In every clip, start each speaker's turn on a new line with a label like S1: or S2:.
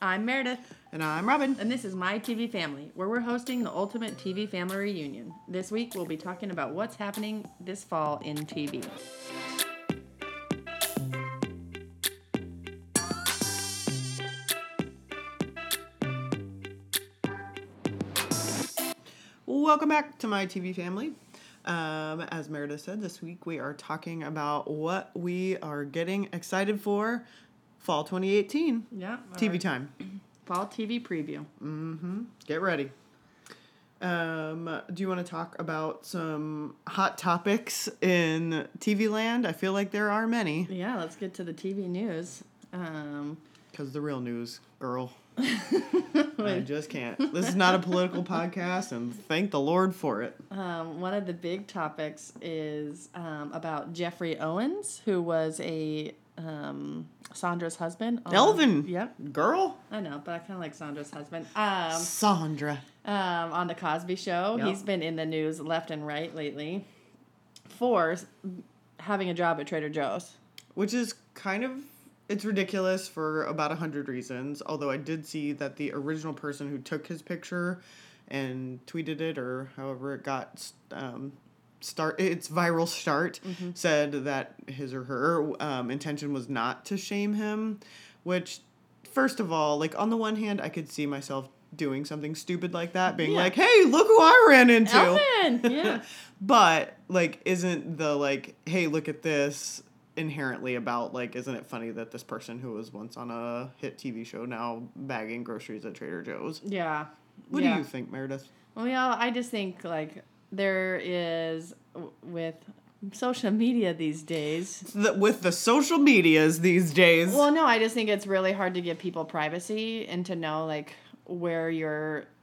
S1: I'm Meredith,
S2: And I'm Robin.
S1: and this is My TV Family, where we're hosting the ultimate TV family reunion. This week, we'll be talking about what's happening this fall in TV.
S2: Welcome back to my TV family. Um, as Meredith said, this week we are talking about what we are getting excited for fall 2018.
S1: Yeah.
S2: TV time.
S1: Fall TV preview.
S2: Get ready. Um, do you want to talk about some hot topics in TV land? I feel like there are many
S1: Yeah, let's get to the TV news. Um,
S2: because the real news, girl. I just can't. This is not a political podcast, and thank the Lord for it.
S1: um, one of the big topics is um, about Jeffrey Owens, who was a um, Sandra's husband. on-
S2: Elvin.
S1: Yep,
S2: Girl,
S1: I know, but I kind of like Sandra's husband. Um,
S2: Sandra.
S1: um, on the Cosby Show.
S2: Yep.
S1: He's been in the news left and right lately for s- having a job at Trader Joe's.
S2: which is kind of it's ridiculous for about a hundred reasons although i did see that the original person who took his picture and tweeted it or however it got um, start its viral start said that his or her um, intention was not to shame him which first of all like on the one hand i could see myself doing something stupid like that being
S1: Yeah.
S2: like hey look who i ran into
S1: Elvin, yeah,
S2: but like, isn't the like, hey, look at this inherently about like, isn't it funny that this person who was once on a hit TV show now bagging groceries at Trader Joe's?
S1: yeah.
S2: What
S1: yeah.
S2: do you think, Meredith?
S1: Well, I just think like there is w- with social media these days.
S2: The, with the social medias these days,
S1: Well, no, I just think it's really hard to give people privacy and to know like where you're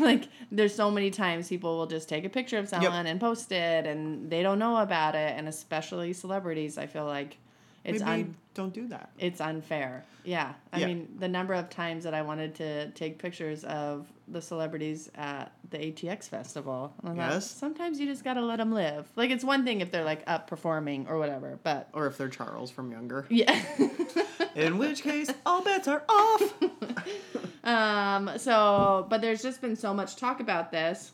S1: like there's so many times people will just take a picture of someone and post it and they don't know about it and especially celebrities, I feel like it's
S2: maybe
S1: un-
S2: don't do that.
S1: it's unfair. Yeah. I
S2: Yeah.
S1: mean, the number of times that I wanted to take pictures of the celebrities at the ATX festival. and I'm like,
S2: Yes.
S1: Sometimes you just got to let them live. Like it's one thing if they're like up performing or whatever, but
S2: Or if they're Charles from Younger,
S1: yeah.
S2: in which case all bets are off.
S1: Um, so, but there's just been so much talk about this.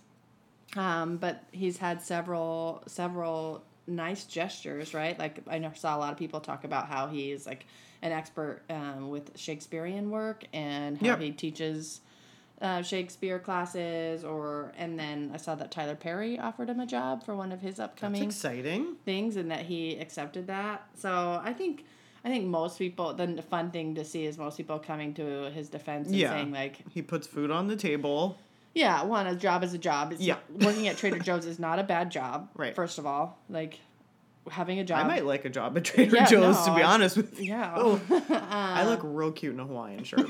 S1: Um, but he's had several, several nice gestures, right? Like I know- saw a lot of people talk about how he's like an expert um, with Shakespearean work and how
S2: Yep.
S1: he teaches uh, Shakespeare classes. Or and then I saw that Tyler Perry offered him a job for one of his
S2: It's
S1: upcoming
S2: exciting.
S1: things and that he accepted that. So I think I think most people the fun thing to see is most people coming to his defense and
S2: Yeah.
S1: saying like,
S2: He puts food on the table.
S1: yeah, one a job is a job. It's
S2: Yeah.
S1: working at Trader Joe's is not a bad job.
S2: Right.
S1: First of all, like having a job.
S2: I might like a job at Trader
S1: Yeah,
S2: Joe's
S1: no,
S2: to be
S1: I-
S2: honest with you.
S1: Yeah.
S2: Oh, I look real cute in a Hawaiian shirt.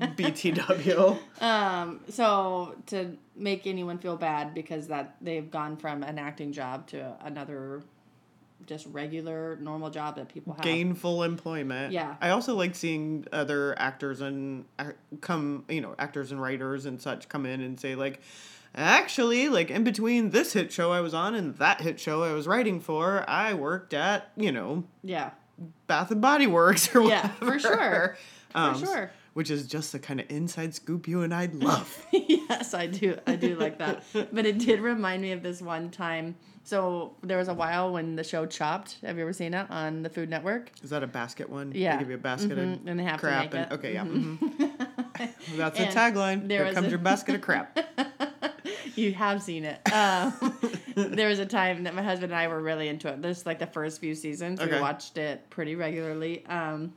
S2: BTW.
S1: Um, so to make anyone feel bad because that they've gone from an acting job to another just regular normal job that people have.
S2: Gainful employment.
S1: Yeah.
S2: I also like seeing other actors and ac- come, you know, actors and writers and such come in and say, like, actually, like, in between this hit show I was on and that hit show I was writing for, I worked at, you know,
S1: Yeah.
S2: Bath and Body Works or
S1: Yeah,
S2: whatever.
S1: for sure.
S2: Um,
S1: sure.
S2: Which is just the kind of inside scoop you and I love.
S1: yes, I do. I do like that. But it did remind me of this one time. So there was a while when the show Chopped. Have you ever seen it on the Food Network?
S2: Is that a basket one?
S1: Yeah.
S2: They give you a basket of
S1: And they have
S2: crap.
S1: to make
S2: And,
S1: it. Mm-hmm.
S2: okay, yeah. mhm. That's
S1: And
S2: the tagline.
S1: there
S2: Here
S1: was
S2: comes
S1: a-
S2: your basket of crap.
S1: You have seen it. Um, there was a time that my husband and I were really into it. This like the first few seasons. We
S2: Okay.
S1: watched it pretty regularly. Um,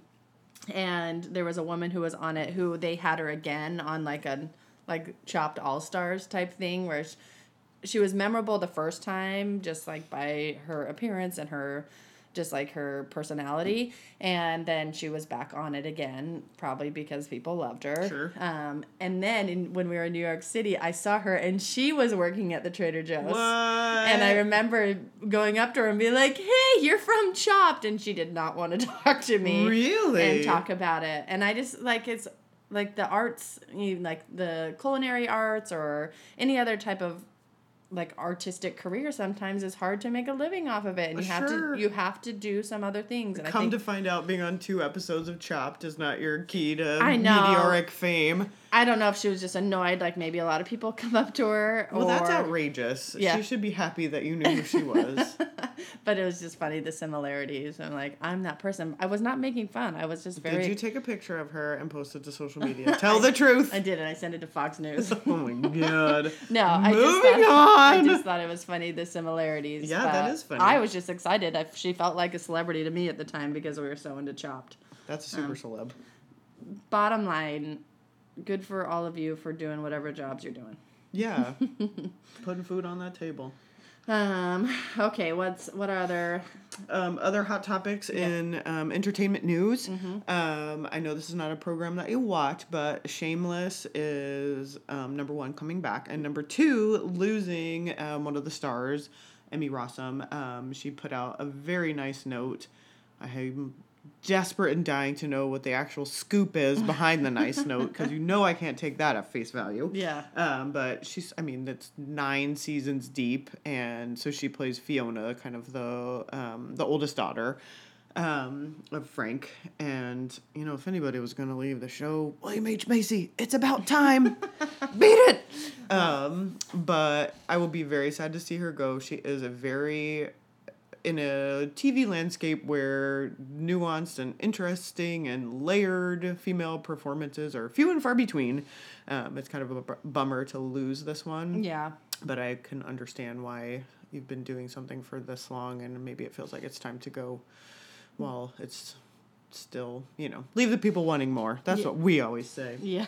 S1: and there was a woman who was on it who they had her again on like a like chopped all stars type thing where she, she was memorable the first time just like by her appearance and her just like her personality and then she was back on it again probably because people loved her
S2: Sure.
S1: um, and then in, when we were in new york city i saw her and she was working at the trader joe's and I
S2: What?
S1: remember going up to her and being like, "Hey, you're from Chopped," and she did not want to talk to me.
S2: Really?
S1: And talk about it. And I just like it's like the arts, you like the culinary arts or any other type of like artistic career sometimes it's hard to make a living off of it and you have
S2: Sure.
S1: to you have to do some other things and
S2: Come
S1: I think
S2: to find out, being on two episodes of Chopped is not your key to
S1: I know.
S2: meteoric fame.
S1: I don't know if she was just annoyed like maybe a lot of people come up to her or
S2: Well, that's outrageous.
S1: Yeah.
S2: She should be happy that you knew who she was.
S1: but it was just funny the similarities. I'm like I'm that person. I was not making fun. I was just very
S2: Did you take a picture of her and post it to social media? Tell the truth.
S1: I did and I sent it to Fox News.
S2: oh my god.
S1: No, I just
S2: Moving
S1: thought, I
S2: on.
S1: just thought it was funny the similarities.
S2: Yeah, that
S1: but
S2: is funny.
S1: I was just excited. I, she felt like a celebrity to me at the time because we were so into Chopped.
S2: That's a super celeb.
S1: Bottom line, good for all of you for doing whatever jobs you're doing.
S2: Yeah. Putting food on that table.
S1: Um, okay, what's what are other?
S2: Um, other hot topics in um, entertainment news. Um, I know this is not a program that you watch, but Shameless is um, number one coming back, and number two losing um, one of the stars, Emmy Rossum. Um, she put out a very nice note. I am desperate and dying to know what the actual scoop is behind the nice note because you know I can't take that at face value.
S1: Yeah.
S2: Um, but she's, I mean, that's nine seasons deep, and so she plays Fiona, kind of the um, the oldest daughter um, of Frank. And you know, if anybody was going to leave the show, William H Macy, it's about time, beat it. Um, but I will be very sad to see her go. She is a very in a TV landscape where nuanced and interesting and layered female performances are few and far between, um, it's kind of a bu- bummer to lose this one.
S1: Yeah.
S2: But I can understand why you've been doing something for this long and maybe it feels like it's time to go while it's still, you know, leave the people wanting more. That's what we always say.
S1: Yeah.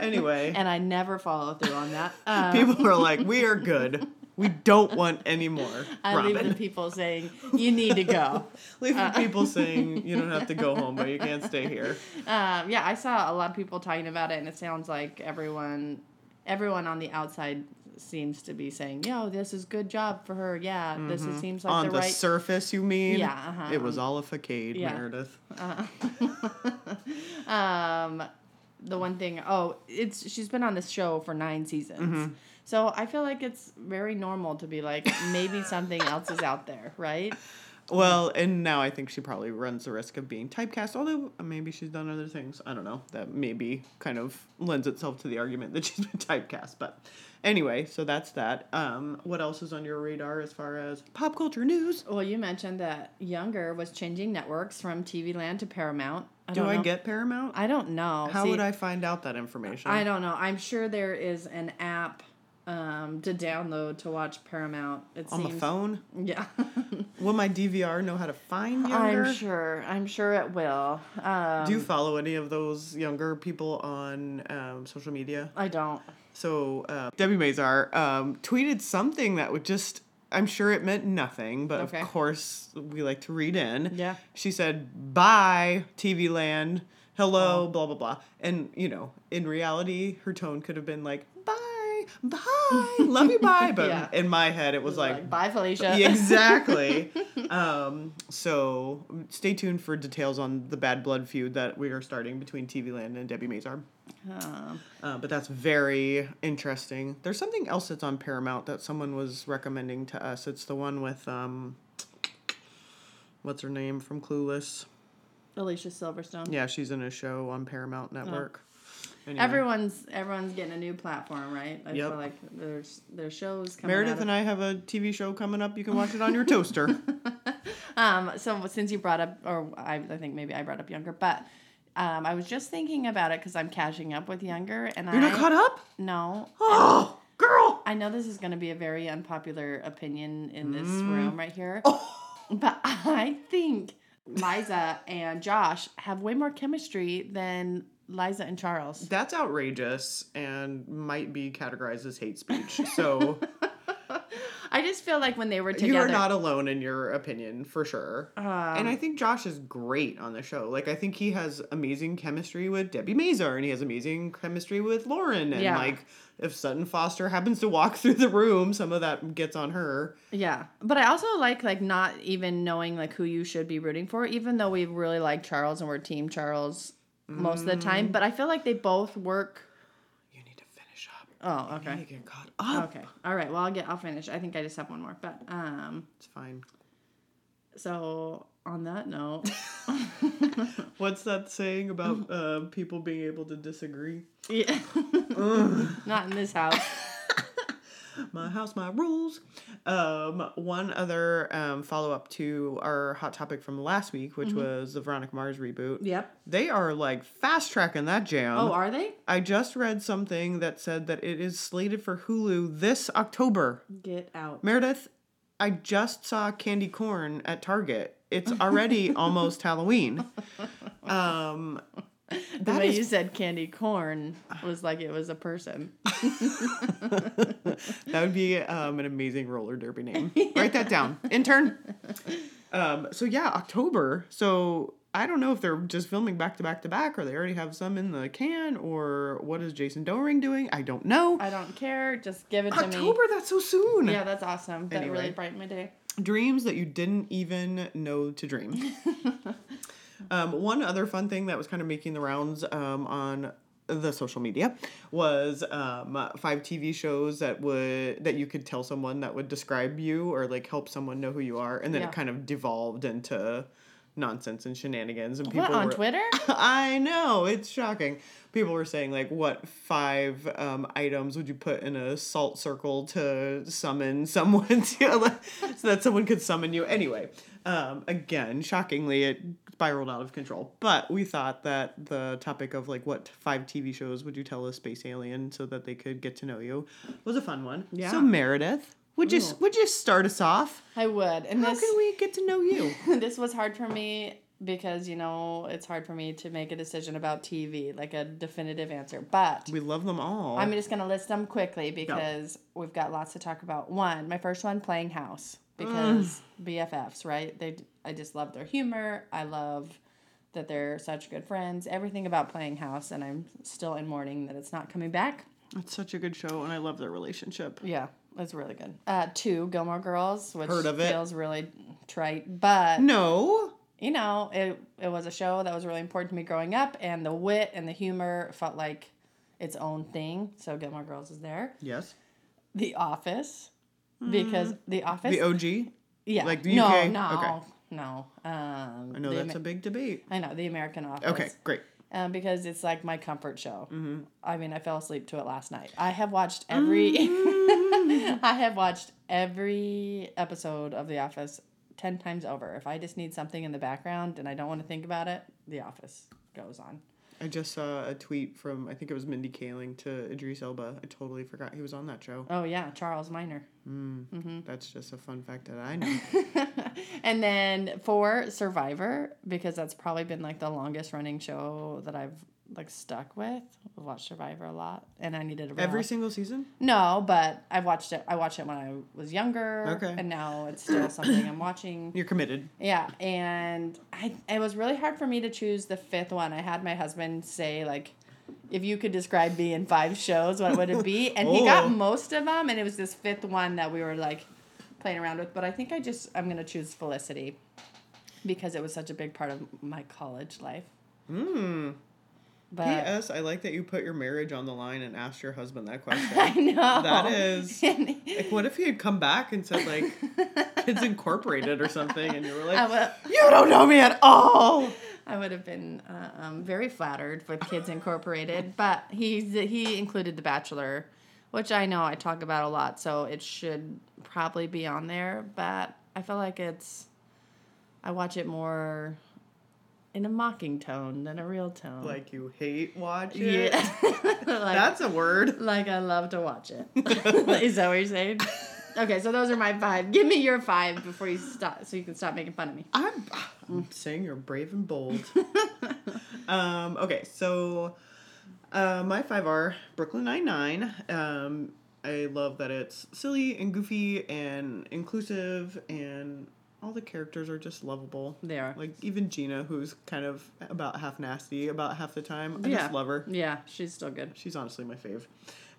S2: Anyway.
S1: and I never follow through on that. Um,
S2: people are like, we are good. We don't want any more.
S1: I
S2: Robin.
S1: leave the people saying you need to go.
S2: Leave
S1: Uh,
S2: the people saying you don't have to go home, but you can't stay here.
S1: Um, yeah, I saw a lot of people talking about it, and it sounds like everyone, everyone on the outside seems to be saying, "Yo, this is good job for her. Yeah, this is, seems like
S2: Mm-hmm. On
S1: the,
S2: the,
S1: right."
S2: surface, you mean?
S1: Yeah, uh-huh.
S2: It was all a facade,
S1: Yeah.
S2: Meredith.
S1: um, the one thing, oh, it's she's been on this show for nine seasons,
S2: Mm-hmm.
S1: so I feel like it's very normal to be like, maybe something else is out there, right?
S2: Well, and now I think she probably runs the risk of being typecast, although maybe she's done other things. I don't know. That maybe kind of lends itself to the argument that she's been typecast. But anyway, so that's that. Um, what else is on your radar as far as pop culture news?
S1: Well, you mentioned that Younger was changing networks from TV Land to Paramount.
S2: Do
S1: don't
S2: I
S1: know-
S2: get Paramount?
S1: I don't know.
S2: How
S1: See,
S2: would I find out that information?
S1: I don't know. I'm sure there is an app um, to download to watch Paramount. It
S2: On
S1: seems.
S2: the phone?
S1: Yeah,
S2: Will my DVR know how to find younger?
S1: I'm sure. I'm sure it will. Um,
S2: Do you follow any of those younger people on um, social media?
S1: I don't.
S2: So uh, Debbie Mazar um, tweeted something that would just. I'm sure it meant nothing, but
S1: Okay.
S2: of course we like to read in.
S1: Yeah.
S2: She said, "Bye, TV Land. Hello, blah blah blah." And you know, in reality, her tone could have been like, "Bye, bye, love you, bye." But
S1: Yeah.
S2: in my head, it was
S1: Like,
S2: like,
S1: bye, Felicia.
S2: yeah, exactly. um, so stay tuned for details on the bad blood feud that we are starting between TV Land and Debbie Mazar.
S1: Um,
S2: Uh, but that's very interesting. There's something else that's on Paramount that someone was recommending to us. It's the one with um, what's her name from Clueless?
S1: Alicia Silverstone.
S2: Yeah, she's in a show on Paramount Network. Anyway.
S1: Everyone's everyone's getting a new platform, right? I
S2: Yep.
S1: feel like there's there's shows coming.
S2: Meredith and I have a TV show coming up. You can watch it on your toaster.
S1: Um, so since you brought up, or I, I think maybe I brought up Younger, but um, I was just thinking about it because I'm catching up with Younger, and
S2: You're
S1: I
S2: not caught up?
S1: no,
S2: Oh, girl!
S1: I know this is going to be a very unpopular opinion in this
S2: Mm.
S1: room right here,
S2: Oh.
S1: but I think Liza and Josh have way more chemistry than Liza and Charles.
S2: That's outrageous and might be categorized as hate speech. So
S1: I just feel like when they were together, Um,
S2: you are not alone in your opinion for sure. and I think Josh is great on the show. Like I think he has amazing chemistry with Debbie Mazar and he has amazing chemistry with Lauren. And
S1: Yeah.
S2: like if Sutton Foster happens to walk through the room, some of that gets on her.
S1: yeah. But I also like like not even knowing like who you should be rooting for, even though we really like Charles and we're Team
S2: Mm.
S1: Charles most of the time. But I feel like they both work.
S2: You need to finish up.
S1: Oh,
S2: I
S1: okay.
S2: need to get caught up.
S1: Okay. All right. Well, I'll get. I'll finish. I think I just have one more. But um,
S2: It's fine.
S1: so on that note,
S2: What's that saying about uh, people being able to disagree?
S1: yeah, not in this house.
S2: My house, my rules. Um, one other um, follow up to our hot topic from last week, which
S1: Mm-hmm.
S2: was the Veronica Mars reboot.
S1: Yep.
S2: They are like fast tracking that jam.
S1: Oh, are they?
S2: I just read something that said that it is slated for Hulu this October.
S1: Get out.
S2: Meredith, I just saw candy corn at Target. It's already almost Halloween. Um,
S1: The
S2: that
S1: way
S2: is
S1: you said candy corn was like it was a person.
S2: that would be um, an amazing roller derby name. Write that down, intern. Um, so yeah, October. So I don't know if they're just filming back to back to back, or they already have some in the can, or what is Jason Doring doing? I don't know.
S1: I don't care. Just give it to
S2: October, that's so soon.
S1: me. Yeah, that's awesome. That
S2: Anyway.
S1: really brightened my day.
S2: dreams that you didn't even know to dream. um, one other fun thing that was kind of making the rounds um, on the social media was um, uh, five TV shows that would that you could tell someone that would describe you or like help someone know who you are, and then
S1: Yeah.
S2: it kind of devolved into nonsense and shenanigans and people
S1: What on
S2: were-
S1: Twitter?
S2: I know it's shocking. People were saying like, what five um, items would you put in a salt circle to summon someone to, like, so that someone could summon you? Anyway, um, again, shockingly, it spiraled out of control. But we thought that the topic of like, what five TV shows would you tell a space alien so that they could get to know you, was a fun one.
S1: Yeah.
S2: So Meredith, would you
S1: Ooh.
S2: would you start us off?
S1: I would. And
S2: How
S1: this
S2: can we get to know you?
S1: this was hard for me because you know it's hard for me to make a decision about TV, like a definitive answer. But
S2: We love them all.
S1: I'm just gonna list them quickly because we've got lots to talk about. One, my first one, playing house because BFFs, right? They, I just love their humor. I love that they're such good friends. Everything about playing house, and I'm still in mourning that it's not coming back.
S2: it's such a good show, and I love their relationship.
S1: Yeah, that's really good. Uh, two, Gilmore Girls, which
S2: Heard of it.
S1: feels really trite, but
S2: No.
S1: you know, it it was a show that was really important to me growing up, and the wit and the humor felt like its own thing. So Gilmore Girls is there.
S2: Yes.
S1: The Office, because The Office,
S2: Mm. The OG.
S1: yeah,
S2: like the
S1: no,
S2: UK?
S1: no, no. Um,
S2: I know that's a big debate.
S1: I know the American Office.
S2: Okay, Mm-hmm. great.
S1: Um, because it's like my comfort show. I mean, I fell asleep to it last night. I have watched every,
S2: Mm.
S1: I have watched every episode of The Office ten times over. If I just need something in the background and I don't want to think about it, The Office goes on.
S2: I just saw a tweet from I think it was Mindy Kaling to Idris Elba. I totally forgot he was on that show.
S1: Oh yeah, Charles Minor. Mm-hmm.
S2: That's just a fun fact that I know.
S1: And then for Survivor, because that's probably been like the longest running show that I've like stuck with. I've watched Survivor a lot, and I needed a
S2: Every
S1: relax-
S2: single season?
S1: No, but I've watched it. I watched it when I was younger.
S2: Okay.
S1: And now it's still something I'm watching.
S2: You're committed.
S1: Yeah, and I it was really hard for me to choose the fifth one. I had my husband say like, if you could describe me in five shows, what would it be? And he
S2: Oh.
S1: got most of them, and it was this fifth one that we were like playing around with. But I think I just I'm gonna choose Felicity because it was such a big part of my college life.
S2: Mm.
S1: But
S2: P.S. I like that you put your marriage on the line and asked your husband that
S1: I
S2: question.
S1: know
S2: That is-
S1: And-
S2: like, what if he had come back and said like Kids Incorporated or something, and you were
S1: I
S2: like,
S1: will.
S2: you don't know me at all.
S1: I would have been uh, um, very flattered with Kids Incorporated, but he he included The Bachelor, which I know I talk about a lot, so it should probably be on there. But I feel like it's I watch it more in a mocking tone than a real tone.
S2: Like you hate watch it.
S1: yeah, like,
S2: That's a word.
S1: like I love to watch it. Is that what you're saying? Okay, so those are my five. Give me your five before you stop, so you can stop making fun of me.
S2: I'm, I'm
S1: Mm.
S2: saying you're brave and bold. um, okay, so uh, my five are Brooklyn Nine Nine. Um, I love that it's silly and goofy and inclusive, and all the characters are just lovable.
S1: They are.
S2: Like even Gina, who's kind of about half nasty about half the time. I
S1: Yeah.
S2: just love her.
S1: Yeah, she's still good.
S2: She's honestly my fave.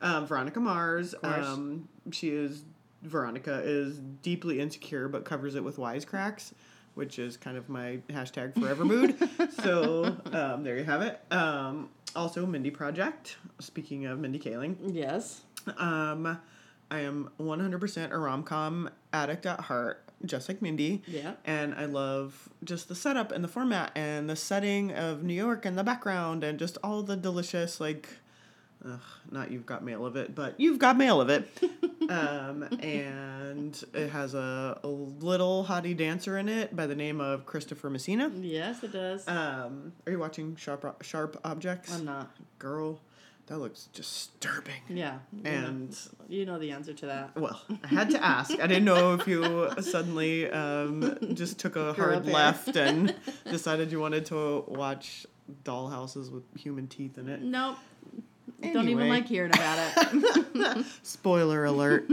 S2: Um, Veronica Mars.
S1: course.
S2: Um, she is Veronica is deeply insecure, but covers it with wisecracks, which is kind of my hashtag forever mood. so um, there you have it. Um, also, Mindy Project. Speaking of Mindy Kaling,
S1: Yes.
S2: Um, I am 100% a rom com addict at heart, just like Mindy.
S1: Yeah.
S2: And I love just the setup and the format and the setting of New York and the background and just all the delicious, like, ugh, not you've got mail of it, but you've got mail of it. um, and it has a, a little hottie dancer in it by the name of Christopher Messina.
S1: Yes, it does.
S2: Um, are you watching Sharp Sharp Objects?
S1: I'm not.
S2: Girl, that looks disturbing.
S1: Yeah.
S2: And
S1: you know, you know the answer to that.
S2: well, I had to ask. I didn't know if you suddenly um, just took a
S1: Grew up
S2: hard
S1: here.
S2: left and decided you wanted to watch dollhouses with human teeth in it.
S1: Nope. Don't even
S2: Anyway.
S1: like hearing about it.
S2: Spoiler alert.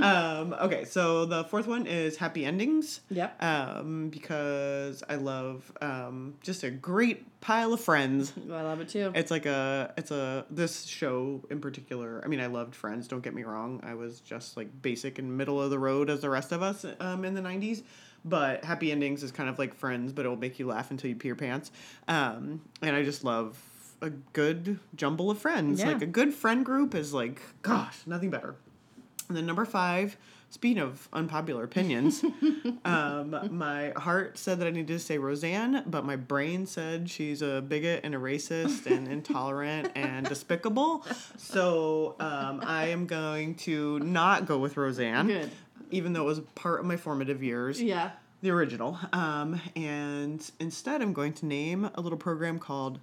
S2: um, okay, so the fourth one is happy endings.
S1: yep.
S2: Um, because I love um, just a great pile of friends.
S1: I love it too.
S2: It's like a it's a this show in particular. I mean, I loved Friends. Don't get me wrong. I was just like basic and middle of the road as the rest of us um, in the '90s. But Happy Endings is kind of like Friends, but it'll make you laugh until you pee your pants. Um, and I just love a good jumble of friends.
S1: Yeah.
S2: Like a good friend group is like, gosh, nothing better. And then number five, speaking of unpopular opinions, um, my heart said that I needed to say Roseanne, but my brain said she's a bigot and a racist and intolerant and despicable. So um, I am going to not go with Roseanne.
S1: Good.
S2: Even though it was part of my formative years,
S1: yeah.
S2: the original. Um, and instead, I'm going to name a little program called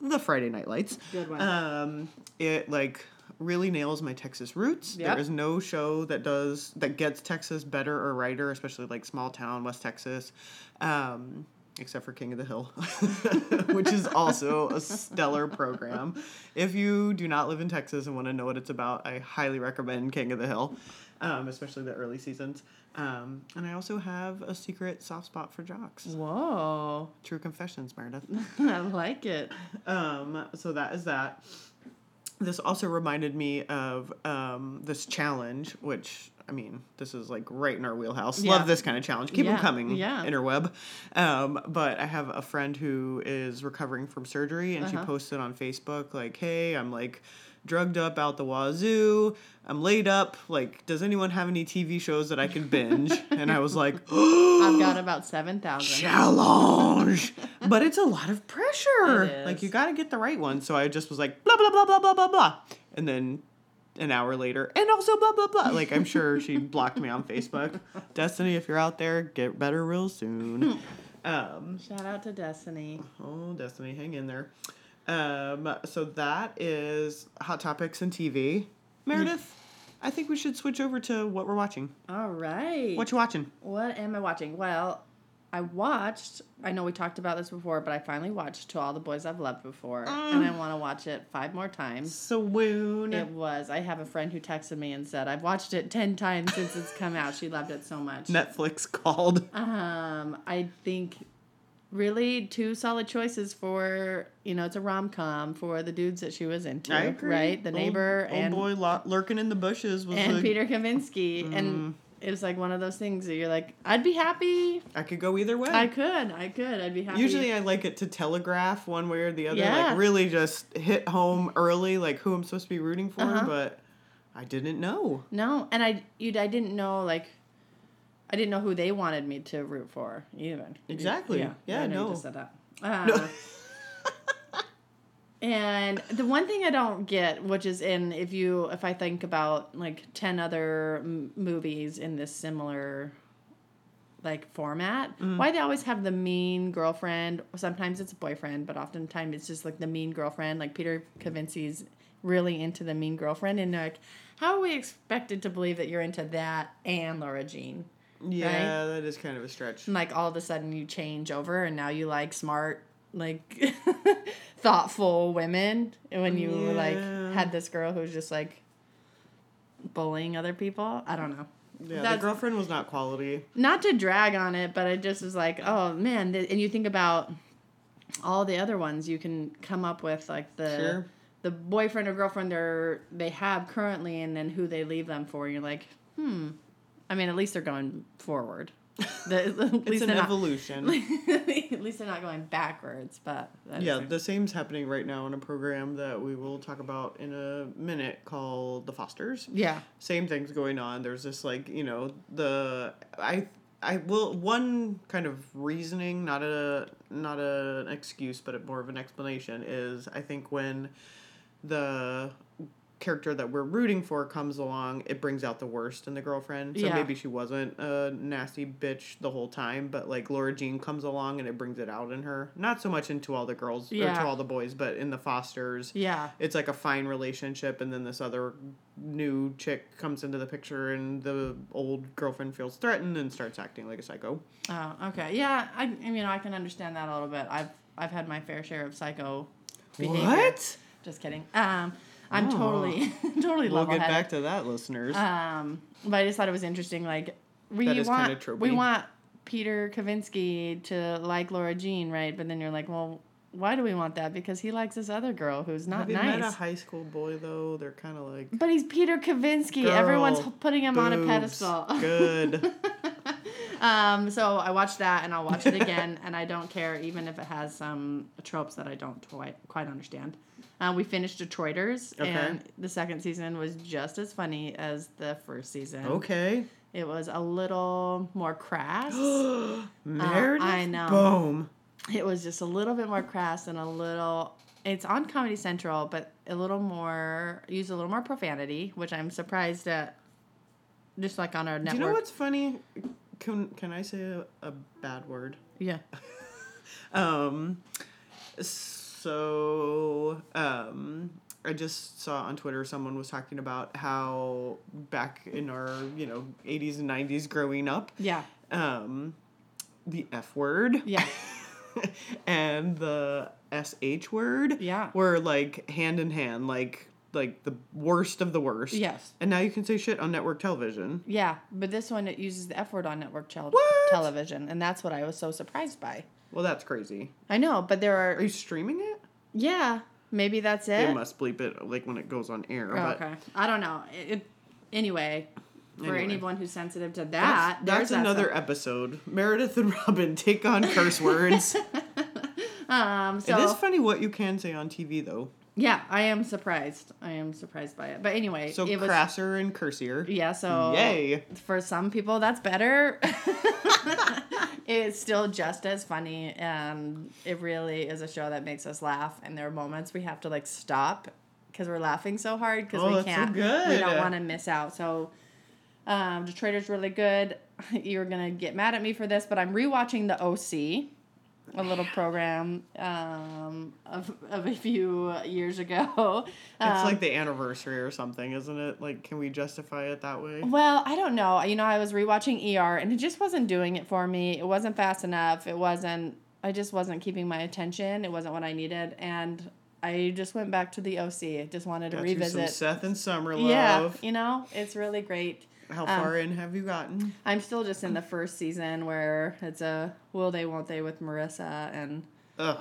S2: The Friday Night Lights.
S1: Good one.
S2: Um, it like really nails my Texas roots.
S1: Yep.
S2: There is no show that does that gets Texas better or righter, especially like small town West Texas, um, except for King of the Hill, which is also a stellar program. If you do not live in Texas and want to know what it's about, I highly recommend King of the Hill, um, especially the early seasons. Um, and I also have a secret soft spot for jocks.
S1: Whoa.
S2: True confessions, Meredith.
S1: I like it.
S2: Um, so that is that. This also reminded me of um, this challenge, which I mean, this is like right in our wheelhouse.
S1: Yeah.
S2: Love this kind of challenge. Keep
S1: Yeah,
S2: them coming,
S1: yeah.
S2: interweb. Um, but I have a friend who is recovering from surgery, and
S1: Uh-huh.
S2: she posted on Facebook like, "Hey, I'm like drugged up out the wazoo. I'm laid up. Like, does anyone have any TV shows that I can binge?" and I was like,
S1: I've got about 7,000.
S2: challenge. but it's a lot of pressure.
S1: It is.
S2: Like you got to get the right one. So I just was like blah blah blah blah blah blah blah, and then an hour later, and also blah blah blah. Like I'm sure she blocked me on Facebook. Destiny, if you're out there, get better
S1: Hmm.
S2: real soon. um,
S1: Shout out to Destiny.
S2: oh, Destiny, hang in there. Um, so that is hot topics and TV. Meredith, I think we should switch over to what we're watching.
S1: All right.
S2: What you watching?
S1: What am I watching? Well, I watched, I know we talked about this before, but I finally watched To All the Boys I've Loved Before, and I want to watch it five more times.
S2: Swoon.
S1: It was. I have a friend who texted me and said, I've watched it 10 times since it's come out. She loved it so much.
S2: Netflix called.
S1: Um, I think really two solid choices for, you know, it's a rom com for the dudes that she was into,
S2: I agree.
S1: right? The
S2: Old-
S1: neighbor
S2: old
S1: and
S2: boy lo- lurking in the bushes was
S1: and
S2: like,
S1: Peter Kavinsky.
S2: Mm.
S1: And it was like one of those things that you're like, I'd be happy.
S2: I could go either way.
S1: I could. I could. I'd be happy.
S2: Usually, I like it to telegraph one way or the other,
S1: Yeah.
S2: like really just hit home early, like who I'm supposed to be rooting for.
S1: Uh-huh.
S2: But I didn't know.
S1: no, and I you I didn't know like I didn't know who they wanted me to root for even.
S2: Exactly. Yeah,
S1: I know
S2: no.
S1: You just said that. Uh, and the one thing I don't get, which is in if you if I think about like ten other m- movies in this similar like format,
S2: Mm-hmm.
S1: why they always have the mean girlfriend. Sometimes it's a boyfriend, but oftentimes it's just like the mean girlfriend. Like Peter Kavinsky's really into the mean girlfriend, and like how are we expected to believe that you're into that and Laura Jean?
S2: Yeah, that is kind of a stretch.
S1: and like all of a sudden you change over and now you like smart like thoughtful women And when you like
S2: Yeah.
S1: had this girl who was just like bullying other people i don't know
S2: Yeah, the
S1: That's-
S2: girlfriend was not quality.
S1: not to drag on it but it just was like oh man th- and you think about all the other ones you can come up with like the
S2: Sure.
S1: the boyfriend or girlfriend they're they have currently and then who they leave them for and you're like hmm i mean at least they're going forward The- at
S2: It's
S1: least
S2: an
S1: they're not,
S2: evolution.
S1: at least they're not going backwards, but that is
S2: yeah,
S1: a-
S2: the same's happening right now in a program that we will talk about in a minute called The Fosters.
S1: yeah,
S2: Same things going on. There's this like, you know, the I I will one kind of reasoning, not a not a, an excuse, but more of an explanation is I think when the character that we're rooting for comes along, it brings out the worst in the girlfriend. So
S1: Yeah.
S2: maybe she wasn't a nasty bitch the whole time, but like Laura Jean comes along and it brings it out in her. Not so much into all the girls or
S1: Yeah.
S2: to all the boys, but in the Fosters.
S1: yeah,
S2: It's like a fine relationship, and then this other new chick comes into the picture, and the old girlfriend feels threatened and starts acting like a psycho.
S1: oh, okay, yeah. I, I mean, I can understand that a little bit. I've I've had my fair share of psycho behavior. Just kidding. Um, I'm
S2: Oh.
S1: totally totally
S2: We'll
S1: level
S2: get
S1: headed.
S2: back to that, listeners.
S1: Um, but I just thought it was interesting. Like we
S2: That is kinda
S1: want
S2: tropey.
S1: we want Peter Kavinsky to like Laura Jean, right? But then you're like, well, why do we want that? Because he likes this other girl who's not
S2: Have you met a
S1: nice.
S2: high school boy though? They're kind of like
S1: But he's Peter Kavinsky.
S2: Girl,
S1: Everyone's putting him on a
S2: boobs.
S1: pedestal.
S2: Good.
S1: um, so I watched that and I'll watch it again, and I don't care even if it has some tropes that I don't twi- quite understand. Uh, we finished Detroiters,
S2: Okay.
S1: and the second season was just as funny as the first season.
S2: okay.
S1: It was a little more crass.
S2: Meredith
S1: Uh, I know.
S2: Boehm.
S1: it was just a little bit more crass and a little. It's on Comedy Central, but a little more use a little more profanity, which I'm surprised at. Just like on our
S2: Do you
S1: network.
S2: know what's funny? Can can I say a, a bad word?
S1: Yeah.
S2: Um, so um, I just saw on Twitter someone was talking about how back in our you know 80s and 90s growing up,
S1: Yeah.
S2: um, the F word.
S1: Yeah.
S2: and the sh word
S1: Yeah.
S2: were like hand in hand like like the worst of the worst
S1: Yes.
S2: and now you can say shit on network television
S1: Yeah, but this one it uses the F word on network chel-
S2: What?
S1: television, and that's what I was so surprised by.
S2: well that's crazy
S1: I know, but there
S2: are
S1: are
S2: you streaming it
S1: yeah, maybe that's it.
S2: they must bleep it like when it goes on air
S1: Eh. Oh,
S2: but
S1: okay, I don't know. It, it- anyway, for
S2: Anyway.
S1: anyone who's sensitive to
S2: that's,
S1: that,
S2: that's
S1: there's that
S2: another episode meredith and robin take on curse words
S1: stuff. Um, so
S2: it is funny what you can say on tv though
S1: yeah, I am surprised. I am surprised by it. But anyway,
S2: so
S1: it was
S2: crasser and cursier
S1: yeah. So
S2: yay
S1: for some people that's better. it's still just as funny and it really is a show that makes us laugh and there are moments we have to like stop cuz we're laughing so hard cuz
S2: Oh,
S1: we
S2: that's so
S1: can't we
S2: good.
S1: don't want to miss out. So um Detroiters really good. You're going to get mad at me for this, but I'm rewatching the OC. A little program um, of, of a few years ago.
S2: it's
S1: Um,
S2: like the anniversary or something isn't it like can we justify it that way
S1: Well, I don't know. You know, I was rewatching ER and it just wasn't doing it for me. It wasn't fast enough. It wasn't I just wasn't keeping my attention. It wasn't what I needed and I just went back to the OC. I just wanted to
S2: Got you some
S1: revisit.
S2: Seth and Summer
S1: Yeah, Um,
S2: love.
S1: you know, it's really great.
S2: How far in have you gotten?
S1: I'm still just in the first season where it's a will they won't they with Marissa and
S2: Ugh,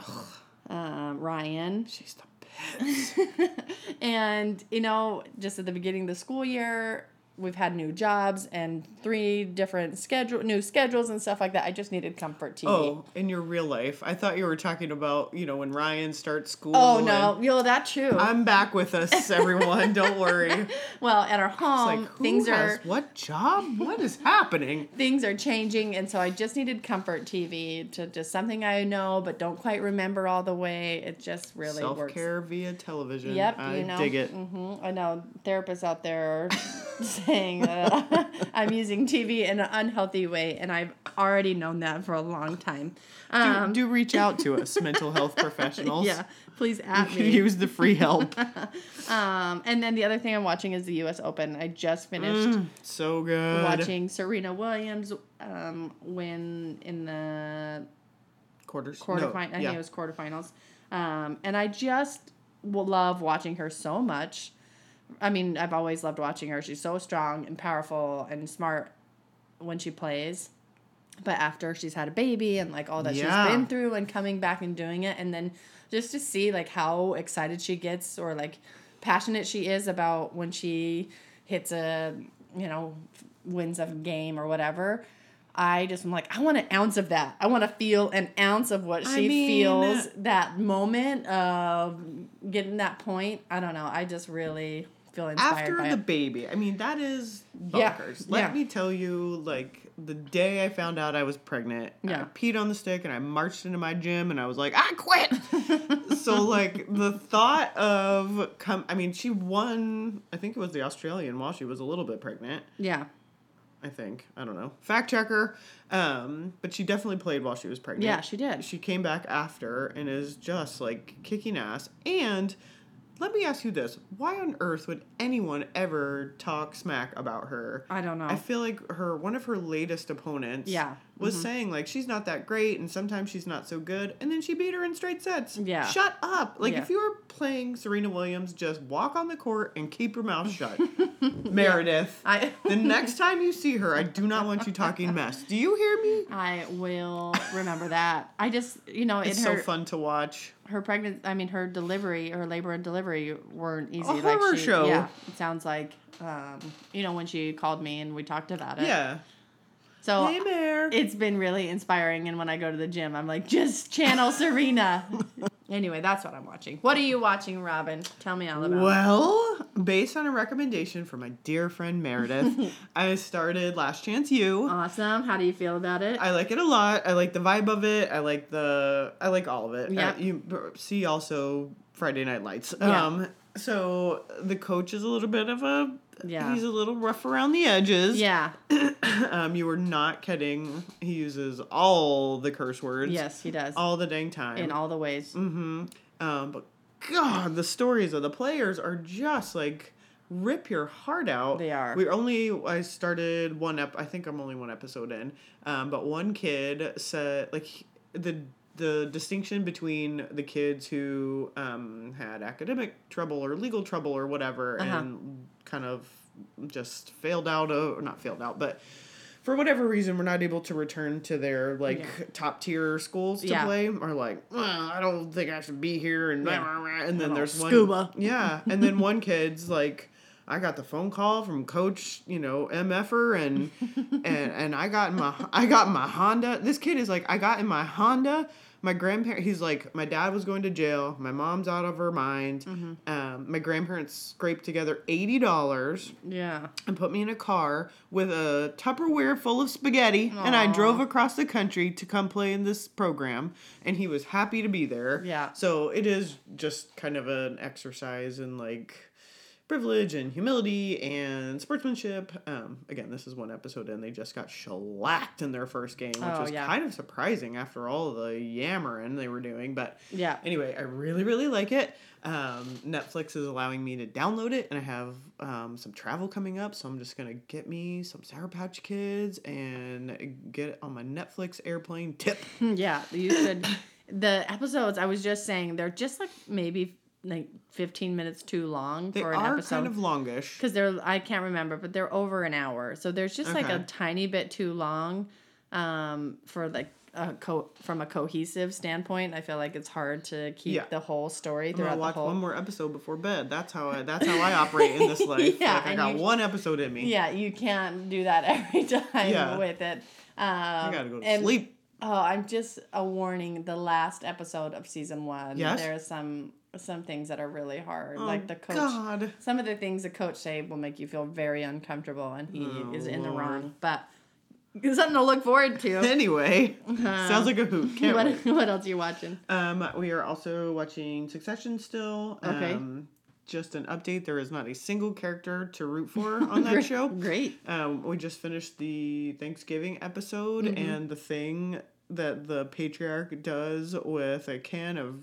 S1: um, Ryan.
S2: she's the best.
S1: and you know just at the beginning of the school year we've had new jobs and three different schedule new schedules and stuff like that i just needed comfort tv
S2: Oh, in your real life, I thought you were talking about you know when Ryan starts school.
S1: Oh,
S2: and-
S1: no yo that too
S2: I'm back with us, everyone. Don't worry. It's
S1: well at our home
S2: like who
S1: Um, things
S2: has
S1: are
S2: what job? What is happening?
S1: things are changing and so i just needed comfort tv to just something i know but don't quite remember all the way it just really
S2: Self
S1: works
S2: care via television.
S1: Yep,
S2: I
S1: you know.
S2: dig it.
S1: hmm I know therapists out there are saying that I'm using TV in an unhealthy way, and I've already known that for a long time.
S2: Do,
S1: Um,
S2: do reach out to us, mental health professionals.
S1: yeah, please at me.
S2: Use the free help.
S1: Um, and then the other thing I'm watching is the U.S. Open. I just finished
S2: so Mm, good.
S1: watching Serena Williams um, win in the
S2: quarters.
S1: quarterfinal.
S2: no,
S1: I think
S2: yeah.
S1: it was quarterfinals. Um, and I just will love watching her so much. I mean, I've always loved watching her. She's so strong and powerful and smart when she plays. But after she's had a baby and like all that
S2: Yeah.
S1: she's been through and coming back and doing it, and then just to see like how excited she gets or like passionate she is about when she hits a you know wins a game or whatever. I just am like, I want an ounce of that. I want to feel an ounce of what she
S2: I mean-
S1: feels that moment of getting that point. I don't know. I just really feel inspired
S2: after
S1: by
S2: the
S1: it.
S2: baby. I mean, that is
S1: Yeah,
S2: bonkers. Let
S1: yeah.
S2: me tell you, like the day I found out I was pregnant,
S1: Yeah.
S2: I peed on the stick and I marched into my gym and I was like, I quit. so like the thought of come, I mean, she won. I think it was the Australian while she was a little bit pregnant.
S1: Yeah.
S2: I think I don't know. Fact checker. Um, but she definitely played while she was pregnant.
S1: Yeah, she did.
S2: She came back after and is just like kicking ass. And let me ask you this: Why on earth would anyone ever talk smack about her?
S1: I don't know.
S2: I feel like her one of her latest opponents
S1: Yeah. Mm-hmm.
S2: was saying like she's not that great and sometimes she's not so good and then she beat her in straight sets.
S1: Yeah.
S2: Shut up. Like
S1: Yeah.
S2: if you were playing Serena Williams, just walk on the court and keep your mouth shut. Meredith.
S1: I
S2: The next time you see her, I do not want you talking mess. Do you hear me?
S1: I will remember that. I just, you know,
S2: It's
S1: in her
S2: so fun to watch.
S1: her pregnant I mean her delivery, her labor and delivery weren't easy.
S2: A horror
S1: she,
S2: show.
S1: Yeah, it sounds like um, you know when she called me and we talked about it.
S2: Yeah.
S1: So
S2: hey, Mare.
S1: it's been really inspiring and when I go to the gym I'm like just channel Serena. anyway, that's what I'm watching. What are you watching, Robin? Tell me all about. it.
S2: Well, based on a recommendation from my dear friend Meredith, I started Last Chance You.
S1: Awesome. How do you feel about it?
S2: I like it a lot. I like the vibe of it. I like the I like all of it.
S1: Yeah.
S2: Uh, you b- see also Friday Night Lights.
S1: Yeah.
S2: Um so the coach is a little bit of a
S1: Yeah.
S2: he's a little rough around the edges.
S1: yeah.
S2: Um you were not kidding. He uses all the curse words.
S1: Yes, he does.
S2: All the dang time.
S1: in all the ways.
S2: Mm-hmm. Um, but God, the stories of the players are just like rip your heart out.
S1: They are.
S2: We only I started one up. I think I'm only one episode in. Um, but one kid said like he- the the distinction between the kids who um, had academic trouble or legal trouble or whatever
S1: Uh-huh.
S2: and kind of just failed out of not failed out but for whatever reason were not able to return to their like
S1: Yeah.
S2: top tier schools to
S1: Yeah.
S2: play are like well, I don't think I should be here and
S1: Yeah.
S2: rah, rah, rah, and then
S1: Little
S2: there's one,
S1: scuba.
S2: yeah and then one kid's like I got the phone call from coach you know mf'er and and and I got in my I got in my Honda this kid is like I got in my Honda my grandparent he's like my dad was going to jail my mom's out of her mind
S1: Mm-hmm.
S2: um, my grandparents scraped together eighty dollars
S1: Yeah.
S2: and put me in a car with a Tupperware full of spaghetti, and I
S1: Aw.
S2: drove across the country to come play in this program. And he was happy to be there.
S1: Yeah.
S2: So it is just kind of an exercise in like privilege and humility and sportsmanship. Um, again, this is one episode, and they just got shellacked in their first game, which
S1: Oh,
S2: was
S1: yeah.
S2: kind of surprising after all the yammering they were doing. But
S1: Yeah.
S2: Anyway, I really, really like it. Um, Netflix is allowing me to download it, and I have um, some travel coming up, so I'm just gonna get me some Sour Patch Kids and get it on my Netflix airplane tip.
S1: Mm, Yeah, you should. the episodes I was just saying they're just like maybe like fifteen minutes too long
S2: They
S1: for an
S2: are
S1: episode
S2: kind of longish.
S1: because they're I can't remember, but they're over an hour. So there's just like a
S2: Okay.
S1: tiny bit too long, um, for like a co- from a cohesive standpoint. I feel like it's hard to keep
S2: Yeah.
S1: the whole story
S2: I'm gonna
S1: throughout the
S2: watch
S1: whole.
S2: one more episode before bed. That's how I. That's how I operate in this life.
S1: Yeah,
S2: like, I
S1: and
S2: got
S1: you-
S2: one episode in me.
S1: Yeah, you can't do that every time
S2: Yeah.
S1: with it. Um,
S2: I gotta go to
S1: and-
S2: sleep.
S1: Oh, I'm just a warning. The last episode of season one,
S2: Yes?
S1: there are some some things that are really hard,
S2: Oh,
S1: like the coach.
S2: God.
S1: Some of the things the coach say will make you feel very uncomfortable, and he
S2: Oh,
S1: is in the
S2: Lord.
S1: wrong. But it's something to look forward to.
S2: Anyway, sounds like a hoot. Can't
S1: what
S2: wait.
S1: What else are you watching?
S2: Um, we are also watching Succession still.
S1: Okay.
S2: Um, just an update: there is not a single character to root for on that
S1: Great-
S2: show.
S1: Great.
S2: Um, we just finished the Thanksgiving episode,
S1: Mm-hmm.
S2: and the thing that the patriarch does with a can of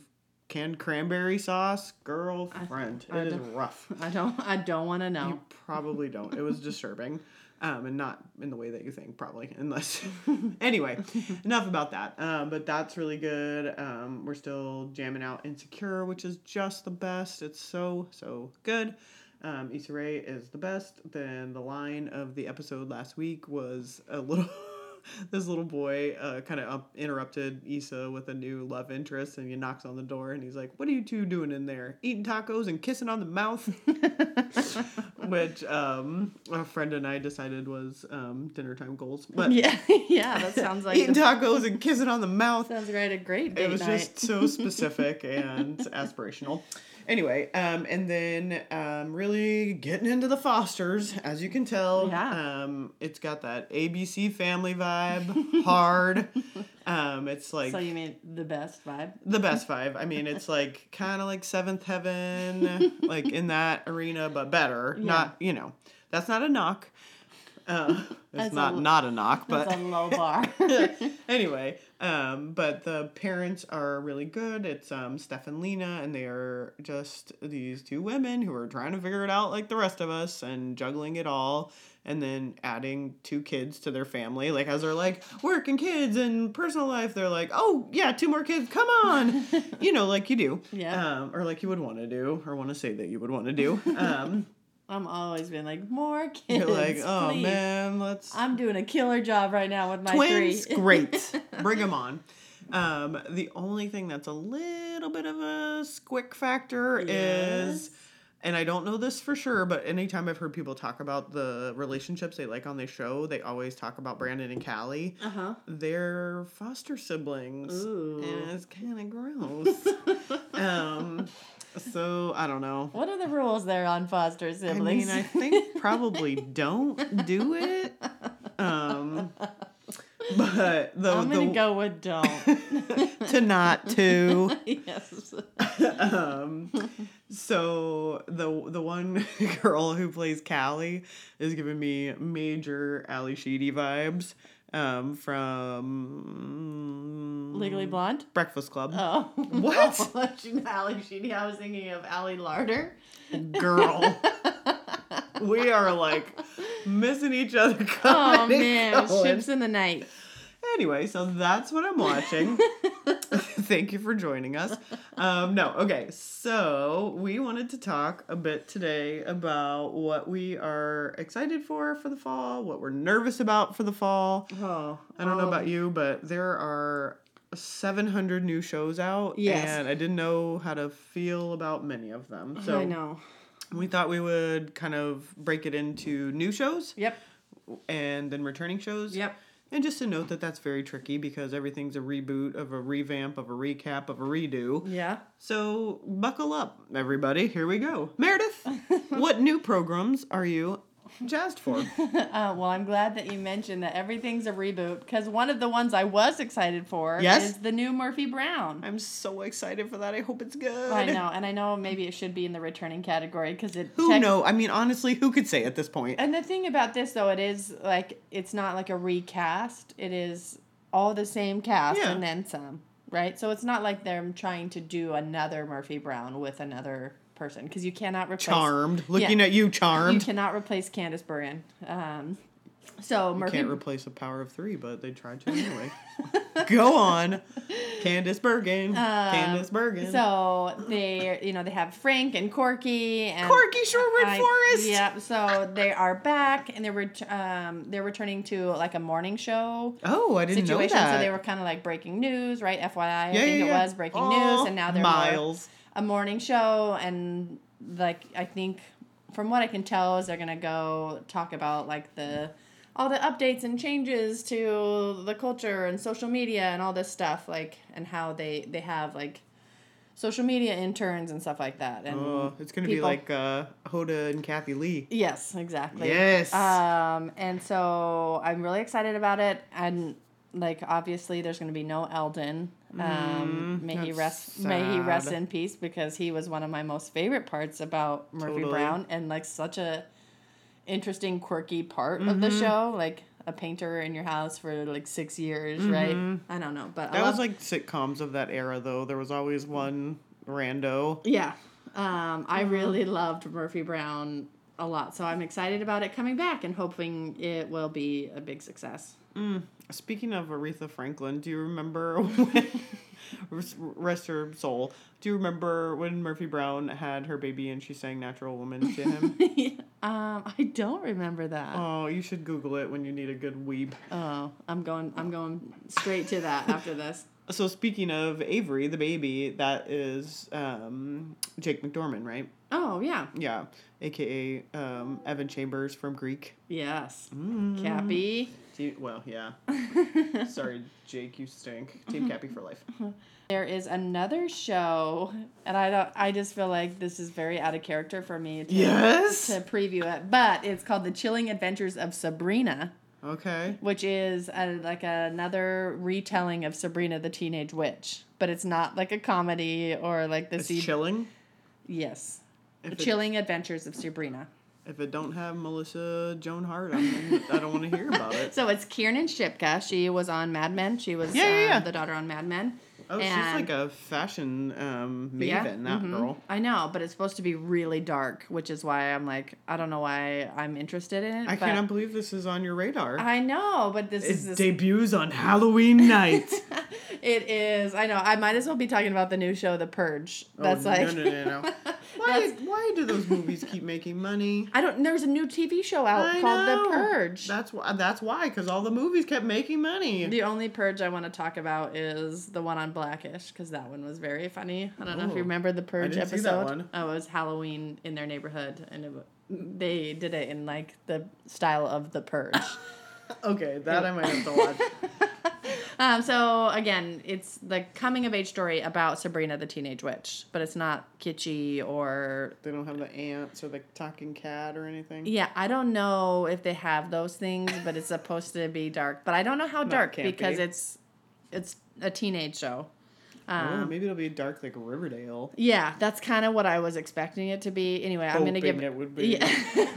S2: canned cranberry sauce, girlfriend,
S1: I
S2: it is
S1: don't-
S2: rough.
S1: I don't. I don't want to know.
S2: You probably don't. It was disturbing. Um, and not in the way that you think, probably. Unless, anyway, enough about that. Um, but that's really good. Um, we're still jamming out Insecure, which is just the best. It's so so good. Um, Issa Rae is the best. Then the line of the episode last week was a little. this little boy uh, kind of up- interrupted Issa with a new love interest, and he knocks on the door, and he's like, "What are you two doing in there? Eating tacos and kissing on the mouth?" which um, a friend and I decided was um, dinner time goals. But
S1: yeah, yeah, that sounds like
S2: eating tacos and kissing on the mouth.
S1: sounds like a great date
S2: It was
S1: night.
S2: just so specific and aspirational. Anyway, um, and then um, really getting into the Fosters, as you can tell.
S1: Yeah.
S2: Um, it's got that ABC family vibe, hard. Um, it's like
S1: so you mean the best vibe?
S2: the best five. I mean, it's like kind of like Seventh Heaven, like in that arena, but better. Not you know, that's not a knock. Uh,
S1: That's
S2: it's
S1: a
S2: not
S1: l-
S2: not a knock, but
S1: That's a low bar.
S2: anyway, um, but the parents are really good. It's um, Steph and Lena, and they are just these two women who are trying to figure it out like the rest of us and juggling it all. And then adding two kids to their family, like as they're like work and kids and personal life, they're like, oh yeah, two more kids, come on, you know, like you do,
S1: Yeah.
S2: um, or like you would want to do, or want to say that you would want to do. Um,
S1: I'm always been like more kids.
S2: you're like, oh
S1: please.
S2: man, let's
S1: I'm doing a killer job right now with my
S2: twins
S1: three.
S2: great bring them on um, the only thing that's a little bit of a squick factor
S1: Yes.
S2: is and i don't know this for sure but anytime i've heard people talk about the relationships they like on the show they always talk about brandon and callie
S1: Uh huh.
S2: they're foster siblings
S1: Ooh.
S2: and it's kind of gross um, so i don't know
S1: What are the rules there on foster
S2: I mean,
S1: siblings?
S2: I think probably don't do it. Um, but the,
S1: I'm gonna
S2: the-
S1: go with don't.
S2: to not to.
S1: yes.
S2: Um, so the the one girl who plays Callie is giving me major Ali Sheedy vibes um, from
S1: Legally blonde.
S2: Breakfast Club.
S1: Oh.
S2: Um, What?
S1: Oh, you know, Ally Sheedy. I was thinking of Ally Larder.
S2: Girl, we are like missing each other.
S1: Oh
S2: coming
S1: man,
S2: and going.
S1: ships in the night.
S2: Anyway, so that's what I'm watching. Thank you for joining us. Um, no, okay, so we wanted to talk a bit today about what we are excited for for the fall, what we're nervous about for the fall.
S1: Oh,
S2: I don't know about you, but there are 700 new shows out,
S1: Yes.
S2: and I didn't know how to feel about many of them. So
S1: I know.
S2: we thought we would kind of break it into new shows
S1: Yep.
S2: and then returning shows.
S1: Yep.
S2: And just to note that that's very tricky because everything's a reboot of a revamp of a recap of a redo.
S1: Yeah.
S2: So buckle up, everybody. Here we go. Meredith, what new programs are you jazzed for?
S1: Uh, well, I'm glad that you mentioned that everything's a reboot because one of the ones I was excited for
S2: Yes?
S1: is the new Murphy Brown.
S2: I'm so excited for that. I hope it's good.
S1: I know, and I know maybe it should be in the returning category because it.
S2: Who
S1: tec-
S2: know? I mean, honestly, who could say at this point?
S1: And the thing about this though, it is like it's not like a recast. It is all the same cast
S2: Yeah.
S1: and then some, right? So it's not like they're trying to do another Murphy Brown with another person because you cannot replace.
S2: Charmed. Looking at you,
S1: You
S2: charmed.
S1: cannot replace Candace Bergen. Um, so Murphy.
S2: Can't replace a power of three, but they tried to anyway. go on. Candace Bergen. Candace Bergen.
S1: Um, so they, you know, they have Frank and Corky and
S2: Corky Shorewood
S1: I-
S2: Forest.
S1: Yeah, so they are back and they're ret- um, they're returning to like a morning show
S2: Oh, I didn't know
S1: situation.
S2: that.
S1: So they were kind of like breaking news, right? FYI, I think it was breaking
S2: Aw,
S1: news, and now they're more
S2: miles.
S1: a morning show, and like I think from what I can tell is they're gonna go talk about like the all the updates and changes to the culture and social media and all this stuff, like and how they they have like social media interns and stuff like that, and
S2: Oh, it's gonna be
S1: people.
S2: like uh, Hoda and Kathy Lee.
S1: Yes, exactly.
S2: Yes.
S1: Um, and so I'm really excited about it, and like obviously there's going to be no Eldon. Um, may he
S2: Mm-hmm. that's
S1: rest. May he rest
S2: sad.
S1: in peace because he was one of my most favorite parts about Murphy
S2: Totally.
S1: Brown, and like such a interesting, quirky part of
S2: Mm-hmm.
S1: the show. Like a painter in your house for like six years, right? I don't know, but I
S2: Mm-hmm. That
S1: love-
S2: was like sitcoms of that era, though. There was always one rando.
S1: Yeah. Um, I really loved Murphy Brown a lot, so I'm excited about it coming back and hoping it will be a big success.
S2: Speaking of Aretha Franklin, do you remember when? Rest her soul. Do you remember when Murphy Brown had her baby and she sang "Natural Woman" to him?
S1: Um, I don't remember that.
S2: oh, you should Google it when you need a good weep.
S1: Oh, I'm going. I'm going straight to that after this.
S2: So speaking of Avery, the baby, that is um, Jake McDorman, right?
S1: Oh yeah.
S2: Yeah, aka um, Evan Chambers from Greek.
S1: Yes. Cappy.
S2: Te- well, yeah. Sorry, Jake, you stink. Team Cappy for life.
S1: There is another show, and I don't. I just feel like this is very out of character for me to,
S2: Yes.
S1: to preview it, but it's called The Chilling Adventures of Sabrina,
S2: Okay.
S1: which is a, like another retelling of Sabrina the Teenage Witch, but it's not like a comedy or like the
S2: It's
S1: C-
S2: chilling.
S1: yes,
S2: If it-
S1: Chilling Adventures of Sabrina.
S2: If it don't have Melissa Joan Hart, I'm, I don't want to hear about it.
S1: So it's Kiernan Shipka. She was on Mad Men. She was
S2: Yeah, yeah,
S1: um,
S2: yeah.
S1: the daughter on Mad Men.
S2: Oh, she's
S1: And-
S2: like a fashion um, maven,
S1: Yeah,
S2: that
S1: mhm.
S2: girl.
S1: I know, but it's supposed to be really dark, which is why I'm like, I don't know why I'm interested in it.
S2: I
S1: but
S2: cannot believe this is on your radar.
S1: I know, but this
S2: it
S1: is this,
S2: debuts on Halloween night.
S1: it is. I know. I might as well be talking about the new show, The Purge. That's
S2: oh,
S1: like.
S2: no, no, no, no. Why,
S1: That's-
S2: why do those movies keep making money?
S1: I don't. There's a new TV show out
S2: I
S1: called
S2: know.
S1: The Purge.
S2: That's why. That's why, because all the movies kept making money.
S1: the only purge I want to talk about is the one on Blackish because that one was very funny. I don't know if
S2: Oh.
S1: you remember the Purge
S2: didn't
S1: episode.
S2: see that one.
S1: Oh, it was Halloween in their neighborhood, and it, wa- they did it in like the style of the Purge.
S2: okay, that I might have to watch.
S1: Um, so again, it's the coming of age story about Sabrina the Teenage Witch, but it's not kitschy or
S2: they don't have the ants or the talking cat or anything.
S1: yeah. I don't know if they have those things, but it's supposed to be dark. But I don't know how dark
S2: can't
S1: because
S2: be.
S1: it's it's a teenage show.
S2: Oh,
S1: Um,
S2: maybe it'll be dark like Riverdale.
S1: yeah, that's kind of what I was expecting it to be. Anyway, I'm gonna give
S2: Hoping it would be.
S1: yeah,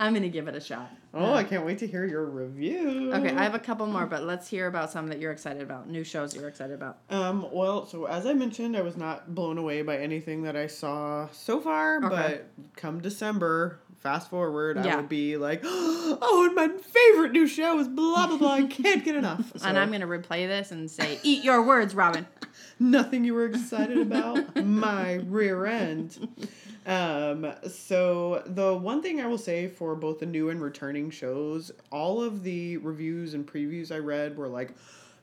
S1: I'm gonna give it a shot.
S2: Oh, I can't wait to hear your review.
S1: Okay, I have a couple more, but let's hear about some that you're excited about. New shows you're excited about.
S2: Um, well, so as I mentioned, I was not blown away by anything that I saw so far,
S1: Okay.
S2: but come December, fast forward, I
S1: Yeah.
S2: will be like, oh, and my favorite new show is blah, blah, blah. I can't get enough. So,
S1: And I'm gonna replay this and say, "Eat your words, Robin."
S2: nothing you were excited about my rear end um so the one thing i will say for both the new and returning shows all of the reviews and previews i read were like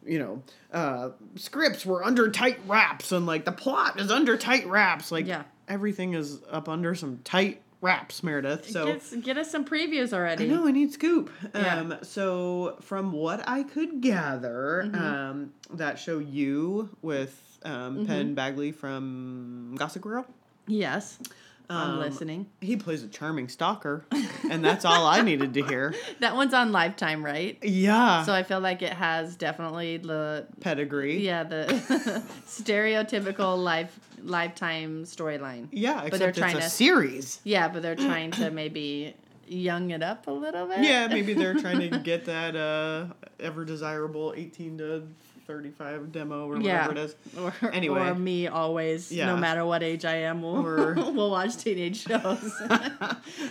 S2: you know uh scripts were under tight wraps and like the plot is under tight wraps like
S1: Yeah.
S2: everything is up under some tight wraps meredith so
S1: get, us- get us some previews
S2: I
S1: already.
S2: know I need scoop.
S1: Yeah.
S2: Um, so from what I could gather,
S1: Mm-hmm.
S2: um, that show you with um,
S1: Mm-hmm.
S2: Penn Bagley from Gossip Girl.
S1: Yes, I'm
S2: Um,
S1: listening.
S2: He plays a charming stalker, and that's all I needed to hear.
S1: That one's on Lifetime, right?
S2: Yeah,
S1: So I feel like it has definitely the
S2: pedigree.
S1: yeah the stereotypical life lifetime storyline.
S2: yeah,
S1: but they're
S2: except
S1: trying
S2: it's a
S1: to-
S2: series.
S1: Yeah, but they're trying to maybe young it up a little bit.
S2: Yeah, maybe they're trying to get that uh, ever desirable eighteen to thirty-five demo or
S1: Yeah.
S2: whatever it is.
S1: Or,
S2: Anyway.
S1: or me always, no
S2: Yeah.
S1: matter what age I am, we'll,
S2: Or-
S1: we'll watch teenage shows.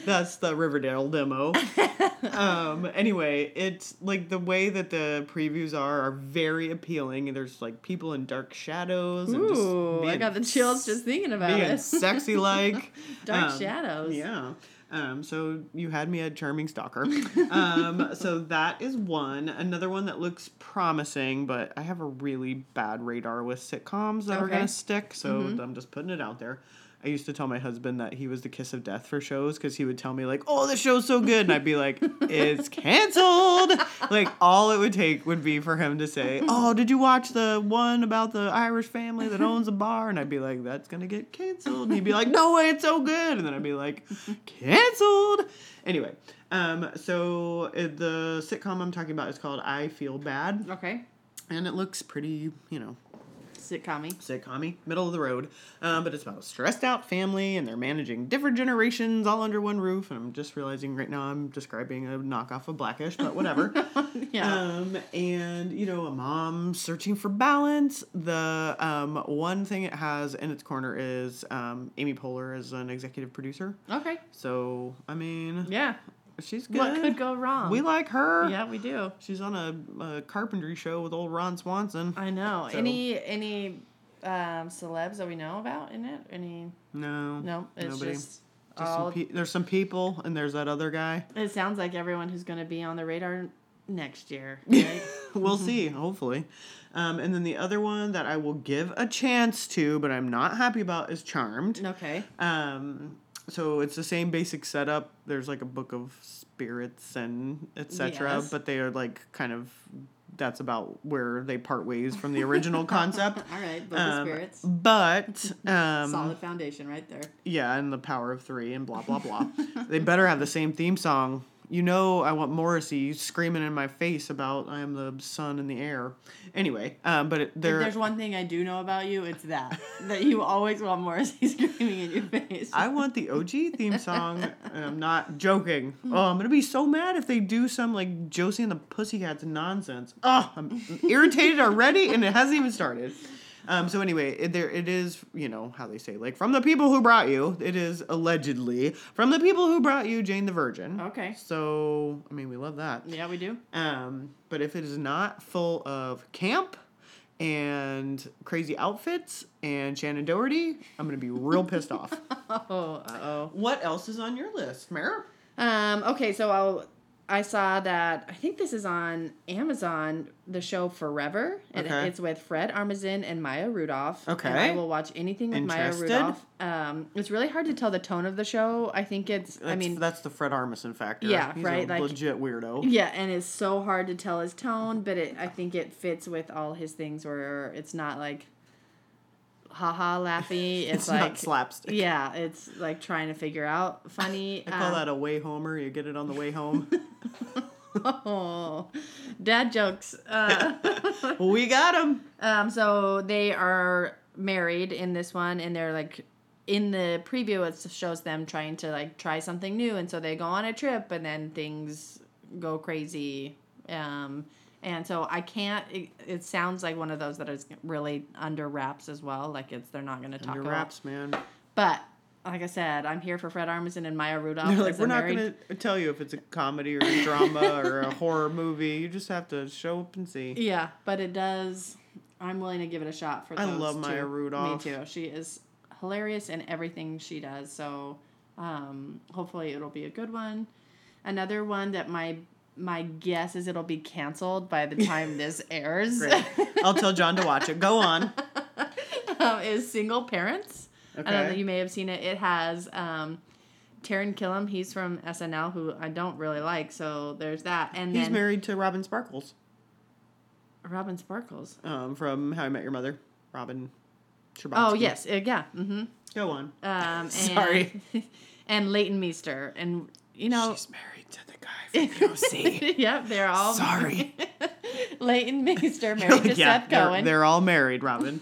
S2: That's the Riverdale demo. um, anyway, it's like the way that the previews are are very appealing, and there's like people in dark shadows. And just
S1: Ooh, I
S2: being-
S1: got the chills just thinking about
S2: being
S1: it.
S2: sexy like
S1: Dark shadows.
S2: Yeah. Um, so you had me at charming stalker. Um, so that is one. Another one that looks promising, but I have a really bad radar with sitcoms that are
S1: Okay.
S2: gonna stick. So I'm just putting it out there. I used to tell my husband that he was the kiss of death for shows because he would tell me like, "Oh, this show's so good," and I'd be like, "It's canceled." like all it would take would be for him to say, "Oh, did you watch the one about the Irish family that owns a bar?" And I'd be like, "That's gonna get canceled." And he'd be like, "No way, it's so good," and then I'd be like, "Canceled." Anyway, um, so uh, the sitcom I'm talking about is called "I Feel Bad,"
S1: Okay,
S2: and it looks pretty, you know,
S1: sitcom
S2: sitcom middle of the road. Um, but it's about a stressed out family and they're managing different generations all under one roof. And I'm just realizing right now I'm describing a knockoff of Blackish, but whatever.
S1: Yeah.
S2: Um, and, you know, a mom searching for balance. The um, one thing it has in its corner is um, Amy Poehler is an executive producer.
S1: okay.
S2: So, I mean,
S1: Yeah.
S2: she's good.
S1: What could go wrong?
S2: We like her.
S1: yeah, we do.
S2: She's on a, a carpentry show with old Ron Swanson.
S1: I know.
S2: So-
S1: Any any um, celebs that we know about in it? Any?
S2: No.
S1: No, it's just,
S2: Just
S1: all.
S2: some pe- there's some people, and there's that other guy.
S1: it sounds like everyone who's going to be on the radar next year, right?
S2: we'll
S1: Mm-hmm.
S2: see, hopefully. Um, and then the other one that I will give a chance to, but I'm not happy about, is Charmed.
S1: okay.
S2: Um, so it's the same basic setup. There's like a book of spirits and etc.
S1: Yes.
S2: But they are like kind of that's about where they part ways from the original concept.
S1: All right, book
S2: Um,
S1: of spirits.
S2: But um,
S1: Solid foundation right there.
S2: yeah, and the power of three and blah blah blah. they better have the same theme song. You know, I want Morrissey screaming in my face about "I am the sun in the air." Anyway, um, but it,
S1: If
S2: there,
S1: there's one thing I do know about you, it's that. that you always want Morrissey screaming in your face.
S2: I want the OG theme song, and I'm not joking.
S1: Hmm.
S2: Oh, I'm gonna be so mad if they do some like Josie and the Pussycats nonsense. Oh, I'm irritated already, and it hasn't even started. Um, so anyway, it, there it is. You know how they say like from the people who brought you. It is allegedly from the people who brought you Jane the Virgin.
S1: Okay.
S2: So I mean, we love that.
S1: Yeah, we do.
S2: Um, but if it is not full of camp and crazy outfits and Shannon Doherty, I'm gonna be real pissed off.
S1: Oh, uh oh.
S2: What else is on your list, Mara?
S1: Um, okay, so I'll, I saw that I think this is on Amazon, the show Forever. And
S2: Okay.
S1: it's with Fred Armisen and Maya Rudolph. and
S2: Okay.
S1: I will watch anything with Maya
S2: Interested?
S1: Rudolph. Um, it's really hard to tell the tone of the show. I think it's I
S2: That's-
S1: mean
S2: that's the Fred Armisen factor.
S1: Yeah,
S2: He's
S1: right,
S2: A
S1: like-
S2: legit weirdo.
S1: Yeah, and it's so hard to tell his tone, but it, I think it fits with all his things where it's not like haha laughy. It's,
S2: it's
S1: like
S2: not slapstick.
S1: yeah, it's like trying to figure out funny.
S2: I call
S1: um,
S2: that a way homer. You get it on the way home.
S1: oh, dad jokes. Uh,
S2: we got him.
S1: um, so they are married in this one, and they're like in the preview. It shows them trying to like try something new, and so they go on a trip, and then things go crazy. Um, and so I can't. It, it sounds like one of those that is really under wraps as well. Like it's they're not going to talk
S2: Your
S1: about.
S2: raps, man.
S1: But like I said, I'm here for Fred Armisen and Maya Rudolph.
S2: They're like,
S1: as a
S2: we're not
S1: married
S2: going to tell you if it's a comedy or a drama or a horror movie. You just have to show up and see.
S1: Yeah, but it does. I'm willing to give it a shot for.
S2: I
S1: those
S2: love
S1: two.
S2: Maya Rudolph.
S1: Me too. She is hilarious in everything she does. So, um, hopefully it'll be a good one. Another one that my my guess is it'll be canceled by the time this airs.
S2: Great. I'll tell John to watch it. Go on.
S1: um, is single parents. I don't know.
S2: Okay.
S1: You may have seen it. It has um, Taron Killam. He's from SNL, who I don't really like. So there's that. And
S2: He's
S1: then
S2: married to Robin Sparkles
S1: Robin Sparkles.
S2: um, from How I Met Your Mother. Robin Scherbatsky.
S1: Oh yes, uh, yeah. Mm-hmm.
S2: Go on.
S1: Um, and,
S2: Sorry.
S1: And Leighton Meester, and you know,
S2: She's married to the guy from the OC.
S1: yep, they're all
S2: Sorry.
S1: Leighton Meester married to Seth
S2: they're-
S1: Cohen.
S2: They're, all married, Robin.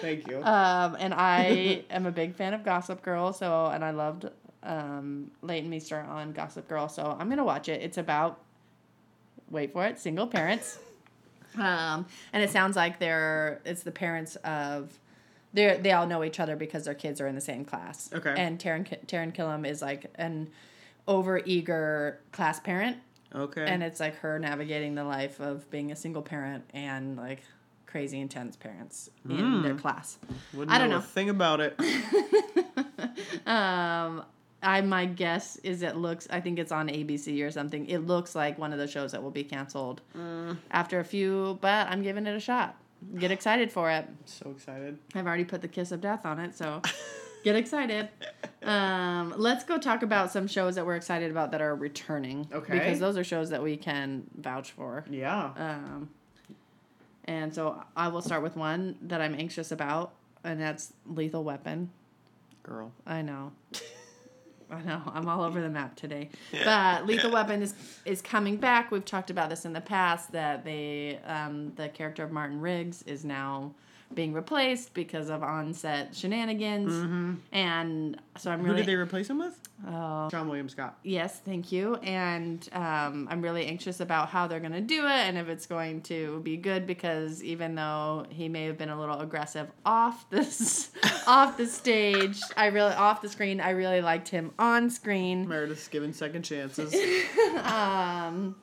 S2: Thank you.
S1: Um, and I am a big fan of Gossip Girl, so and I loved um, Leighton Meester on Gossip Girl, so I'm gonna watch it. It's about wait for it, single parents. um, and it sounds like they're it's the parents of they they all know each other because their kids are in the same class.
S2: Okay.
S1: And Taryn Ki- Taryn Killam is like an over eager class parent,
S2: okay.
S1: and it's like her navigating the life of being a single parent and like crazy intense parents in
S2: Hmm.
S1: their class.
S2: Wouldn't
S1: I don't
S2: a
S1: know.
S2: thing about it.
S1: Um, I my guess is it looks. I think it's on ABC or something. It looks like one of the shows that will be canceled after a few. But I'm giving it a shot. Get excited for it.
S2: so excited.
S1: I've already put the kiss of death on it, so get excited. Um, let's go talk about some shows that we're excited about that are returning.
S2: Okay.
S1: Because those are shows that we can vouch for.
S2: Yeah.
S1: Um, and so I will start with one that I'm anxious about, and that's Lethal Weapon.
S2: Girl.
S1: I know. I know. I'm all over the map today. But Lethal Weapon is is coming back. We've talked about this in the past that they um, the character of Martin Riggs is now being replaced because of onset shenanigans. And so I'm
S2: Mm-hmm. Who
S1: really
S2: did they replace him with?
S1: oh,
S2: John William Scott.
S1: yes, thank you. And um, I'm really anxious about how they're gonna do it and if it's going to be good because even though he may have been a little aggressive off this off the stage, I really off the screen, I really liked him on screen.
S2: Meredith's given second chances.
S1: Um,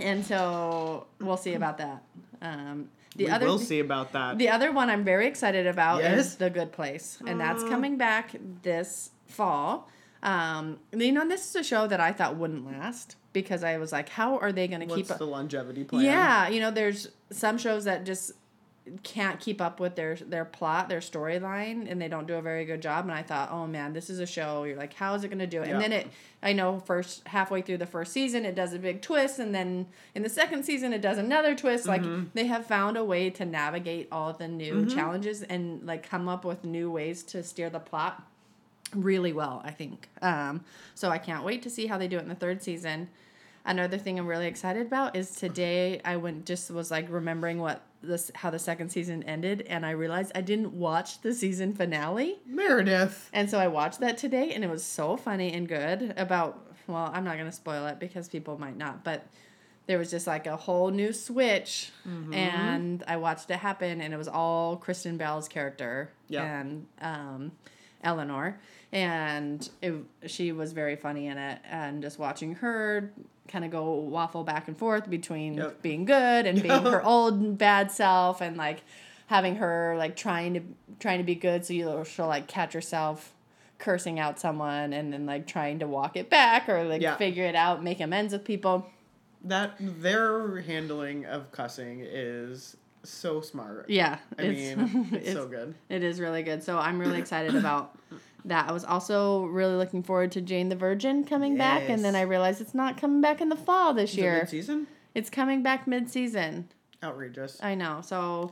S1: and so we'll see about that. Um, the
S2: we
S1: other
S2: will see about that.
S1: the other one I'm very excited about
S2: Yes?
S1: is The Good Place, and that's coming back this fall. Um, you know, and this is a show that I thought wouldn't last because I was like, how are they going to
S2: What's
S1: keep up?
S2: the longevity plan?
S1: Yeah, you know, there's some shows that just can't keep up with their their plot, their storyline, and they don't do a very good job. And I thought, oh man, this is a show. You're like, how is it going to do it?
S2: Yeah.
S1: And then it, I know, first halfway through the first season, it does a big twist, and then in the second season, it does another twist.
S2: Mm-hmm.
S1: Like they have found a way to navigate all the new challenges and like come up with new ways to steer the plot really well, I think. Um, so I can't wait to see how they do it in the third season. Another thing I'm really excited about is today I went just was like remembering what this how the second season ended and I realized I didn't watch the season finale.
S2: Meredith.
S1: And so I watched that today and it was so funny and good about well, I'm not going to spoil it because people might not, but there was just like a whole new switch
S2: Mm-hmm.
S1: and I watched it happen and it was all Kristen Bell's character
S2: Yeah.
S1: and um, Eleanor and it, she was very funny in it and just watching her kind of go waffle back and forth between
S2: Yep.
S1: being good and being her old bad self and like having her like trying to trying to be good so you she'll like catch herself cursing out someone and then like trying to walk it back or like
S2: Yeah.
S1: figure it out make amends with people
S2: That their handling of cussing is so smart.
S1: yeah
S2: I mean, it's, so good.
S1: It is really good. So I'm really excited about that. I was also really looking forward to Jane the Virgin coming back, and then
S2: Yes.
S1: I realized it's not coming back in the fall this
S2: Is it
S1: year.
S2: mid-season?
S1: It's coming back mid-season.
S2: Outrageous.
S1: I know. So,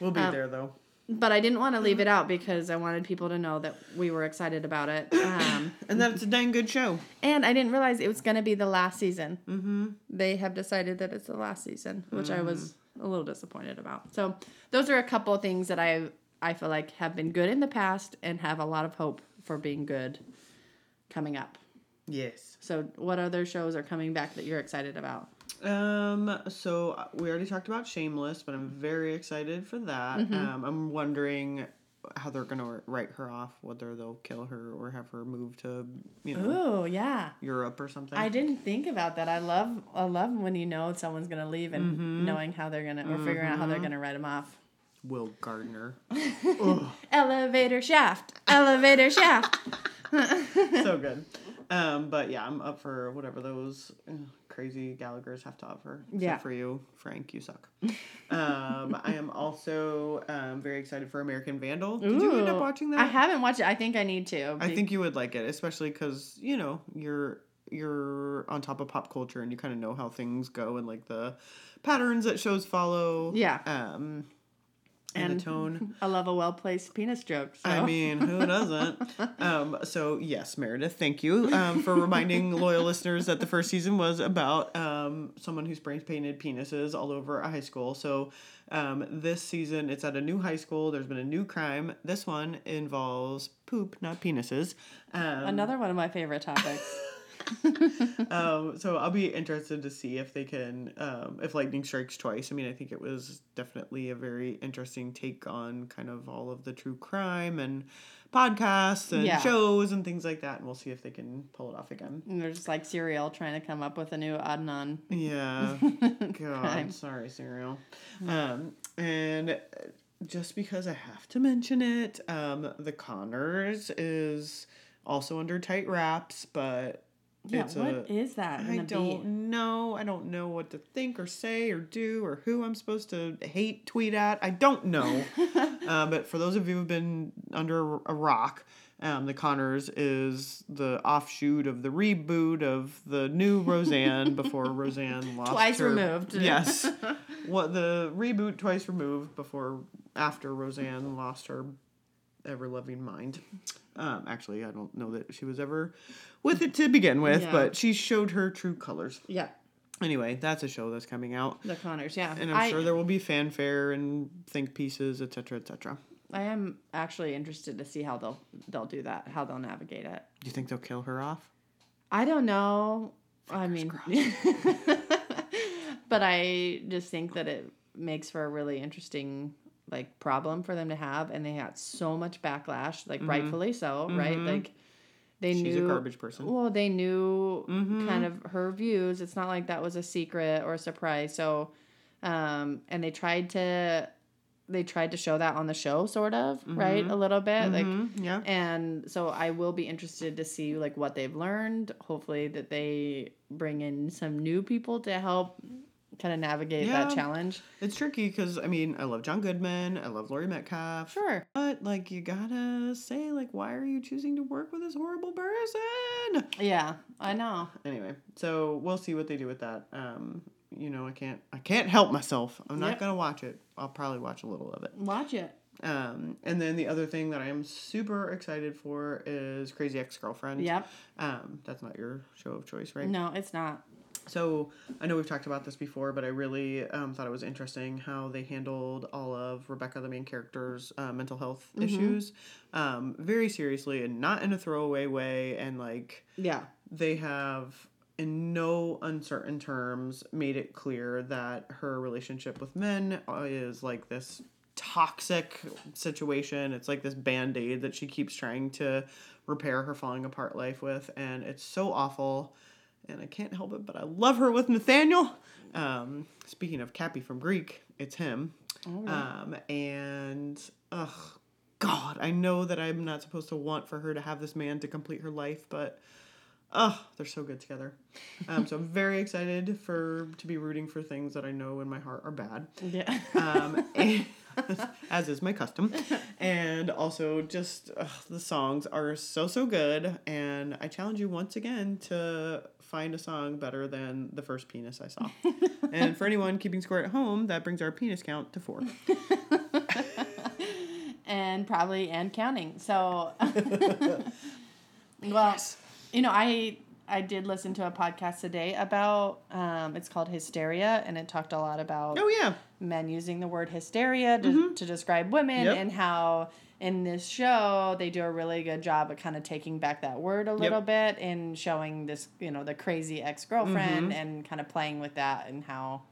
S2: We'll be
S1: Uh, um,
S2: there though.
S1: but I didn't want to leave it out because I wanted people to know that we were excited about it. Um,
S2: And that it's a dang good show.
S1: and I didn't realize it was going to be the last season. Mm-hmm. They have decided that it's the last season, which I was a little disappointed about. So those are a couple of things that I I feel like have been good in the past and have a lot of hope for being good coming up.
S2: Yes.
S1: So what other shows are coming back that you're excited about?
S2: Um. So uh, we already talked about Shameless, but I'm very excited for that.
S1: Mm-hmm.
S2: Um. I'm wondering how they're gonna write her off, whether they'll kill her or have her move to, you know,
S1: Ooh, yeah.
S2: Europe or something.
S1: I didn't think about that. I love I love when you know someone's going to leave and
S2: Mm-hmm.
S1: knowing how they're going to or figuring out how they're going to write them off.
S2: Will Gardner.
S1: Elevator shaft. Elevator shaft.
S2: so good. Um, but yeah, I'm up for whatever those ugh, crazy Gallagher's have to offer. Except
S1: Yeah.
S2: for you, Frank, you suck. um, I am also um, very excited for American Vandal. Did you end
S1: Ooh.
S2: up watching that?
S1: I haven't watched it. I think I need to.
S2: I
S1: be-
S2: think you would like it, especially because you know you're you're on top of pop culture and you kind of know how things go and like the patterns that shows follow.
S1: Yeah.
S2: Um, and,
S1: And-
S2: the tone.
S1: I love a well placed penis joke. So.
S2: I mean, who doesn't? um, so yes, Meredith, thank you um, for reminding loyal listeners that the first season was about um, someone who spray painted penises all over a high school. So um, this season, it's at a new high school. There's been a new crime. This one involves poop, not penises. Um,
S1: another one of my favorite topics.
S2: um, so I'll be interested to see if they can, um, if lightning strikes twice. I mean, I think it was definitely a very interesting take on kind of all of the true crime and podcasts and
S1: Yeah.
S2: shows and things like that. And we'll see if they can pull it off again.
S1: and they're just like cereal trying to come up with a new Adnan.
S2: Yeah. God, sorry, cereal. Um, and just because I have to mention it, um, the Connors is also under tight wraps, but
S1: Yeah,
S2: it's
S1: what
S2: a,
S1: is that?
S2: I
S1: gonna be?
S2: don't know. I don't know what to think or say or do or who I'm supposed to hate tweet at. I don't know. uh, but for those of you who've been under a rock, um, the Connors is the offshoot of the reboot of the new Roseanne before Roseanne lost
S1: Twice
S2: her-
S1: removed.
S2: Yes, what the reboot twice removed before after Roseanne lost her ever loving mind. Um, actually, I don't know that she was ever with it to begin with,
S1: Yeah.
S2: but she showed her true colors.
S1: Yeah,
S2: Anyway, that's a show that's coming out,
S1: the Connors. Yeah,
S2: and I'm
S1: I-
S2: sure there will be fanfare and think pieces, etc., etc.
S1: I am actually interested to see how they'll they'll do that, how they'll navigate it.
S2: Do you think they'll kill her off?
S1: I don't know. I mean, but I just think that it makes for a really interesting like problem for them to have, and they got so much backlash, like rightfully so, right? Like they
S2: Mm-hmm. She's
S1: knew.
S2: a garbage person. Mm-hmm.
S1: Well, they knew kind of her views. It's not like that was a secret or a surprise. So, um, and they tried to they tried to show that on the show sort of
S2: Mm-hmm.
S1: right a little bit like
S2: Mhm, yeah.
S1: and so i will be interested to see like what they've learned hopefully that they bring in some new people to help kind of navigate that
S2: Yeah.
S1: challenge
S2: It's tricky because I mean I love John Goodman, I love Laurie Metcalf,
S1: sure
S2: but like you gotta say like why are you choosing to work with this horrible person?
S1: yeah i know
S2: Anyway, so we'll see what they do with that. Um, you know I can't I can't help myself. I'm not
S1: Yep.
S2: gonna watch it. I'll probably watch a little of it.
S1: watch it
S2: Um, and then the other thing that I am super excited for is Crazy Ex Girlfriend.
S1: yep
S2: Um, that's not your show of choice, right?
S1: no it's not
S2: So I know we've talked about this before, but I really um, thought it was interesting how they handled all of Rebecca, the main character's uh, mental health
S1: Mm-hmm.
S2: issues, um, very seriously and not in a throwaway way. And like
S1: yeah
S2: they have, in no uncertain terms, made it clear that her relationship with men is like this toxic situation. It's like this band aid that she keeps trying to repair her falling apart life with, and it's so awful and I can't help it, but I love her with Nathaniel. Um, speaking of Cappy from Greek, it's him. Um, and ugh, God, I know that I'm not supposed to want for her to have this man to complete her life, but ugh, Ah, they're so good together. Um, so I'm very excited for to be rooting for things that I know in my heart are bad
S1: yeah
S2: um, and- as is my custom. And also, just ugh, the songs are so, so good. And I challenge you once again to find a song better than the first penis I saw. and for anyone keeping score at home, that brings our penis count to four.
S1: and probably and counting. So, well, you know, I I did listen to a podcast today about um, it's called Hysteria, and it talked a lot about
S2: Oh, yeah.
S1: men using the word hysteria to, to describe women
S2: Yep.
S1: and how in this show they do a really good job of kind of taking back that word a little bit and showing this you know the crazy ex-girlfriend and kind of playing with that and how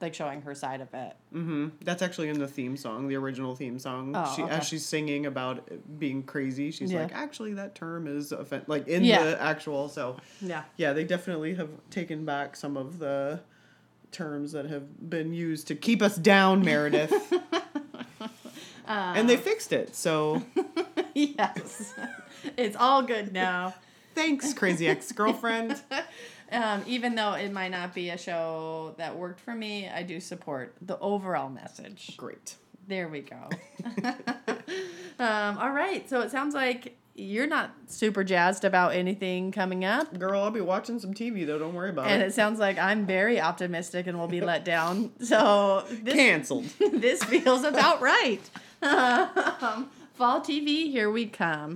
S1: like showing her side of it
S2: hmm That's actually in the theme song, the original theme song.
S1: Oh,
S2: she,
S1: okay.
S2: As she's singing about it being crazy, she's
S1: Yeah.
S2: like, actually, that term is offen- like in
S1: Yeah.
S2: the actual. So,
S1: yeah
S2: yeah, they definitely have taken back some of the terms that have been used to keep us down, Meredith.
S1: Um.
S2: and they fixed it. So
S1: yes. it's all good now.
S2: thanks, crazy ex girlfriend.
S1: Um, even though it might not be a show that worked for me, I do support the overall message.
S2: Great.
S1: There we go. um, all right. So it sounds like you're not super jazzed about anything coming up.
S2: Girl, I'll be watching some TV though. Don't worry about
S1: And
S2: it.
S1: it sounds like I'm very optimistic and will be let down. So this
S2: Cancelled.
S1: this feels about right. Um, fall TV, here we come.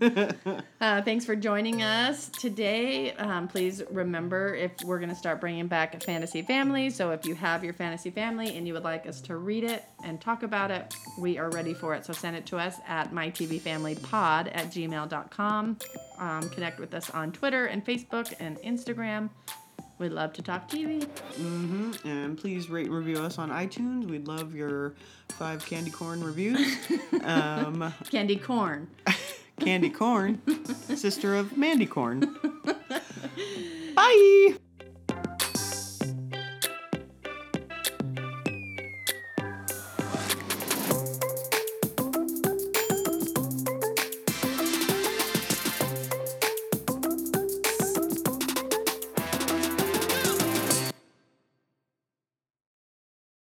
S1: Uh, thanks for joining us today. Um, please remember if we're going to start bringing back Fantasy Family. So if you have your Fantasy Family and you would like us to read it and talk about it, we are ready for it. So send it to us at mytvfamilypod at gmail.com. Um, connect with us on Twitter and Facebook and Instagram. We'd love to talk TV.
S2: and please rate and review us on iTunes. We'd love your five candy corn reviews. Um,
S1: Candy corn.
S2: candy corn, sister of Mandy Corn. Bye.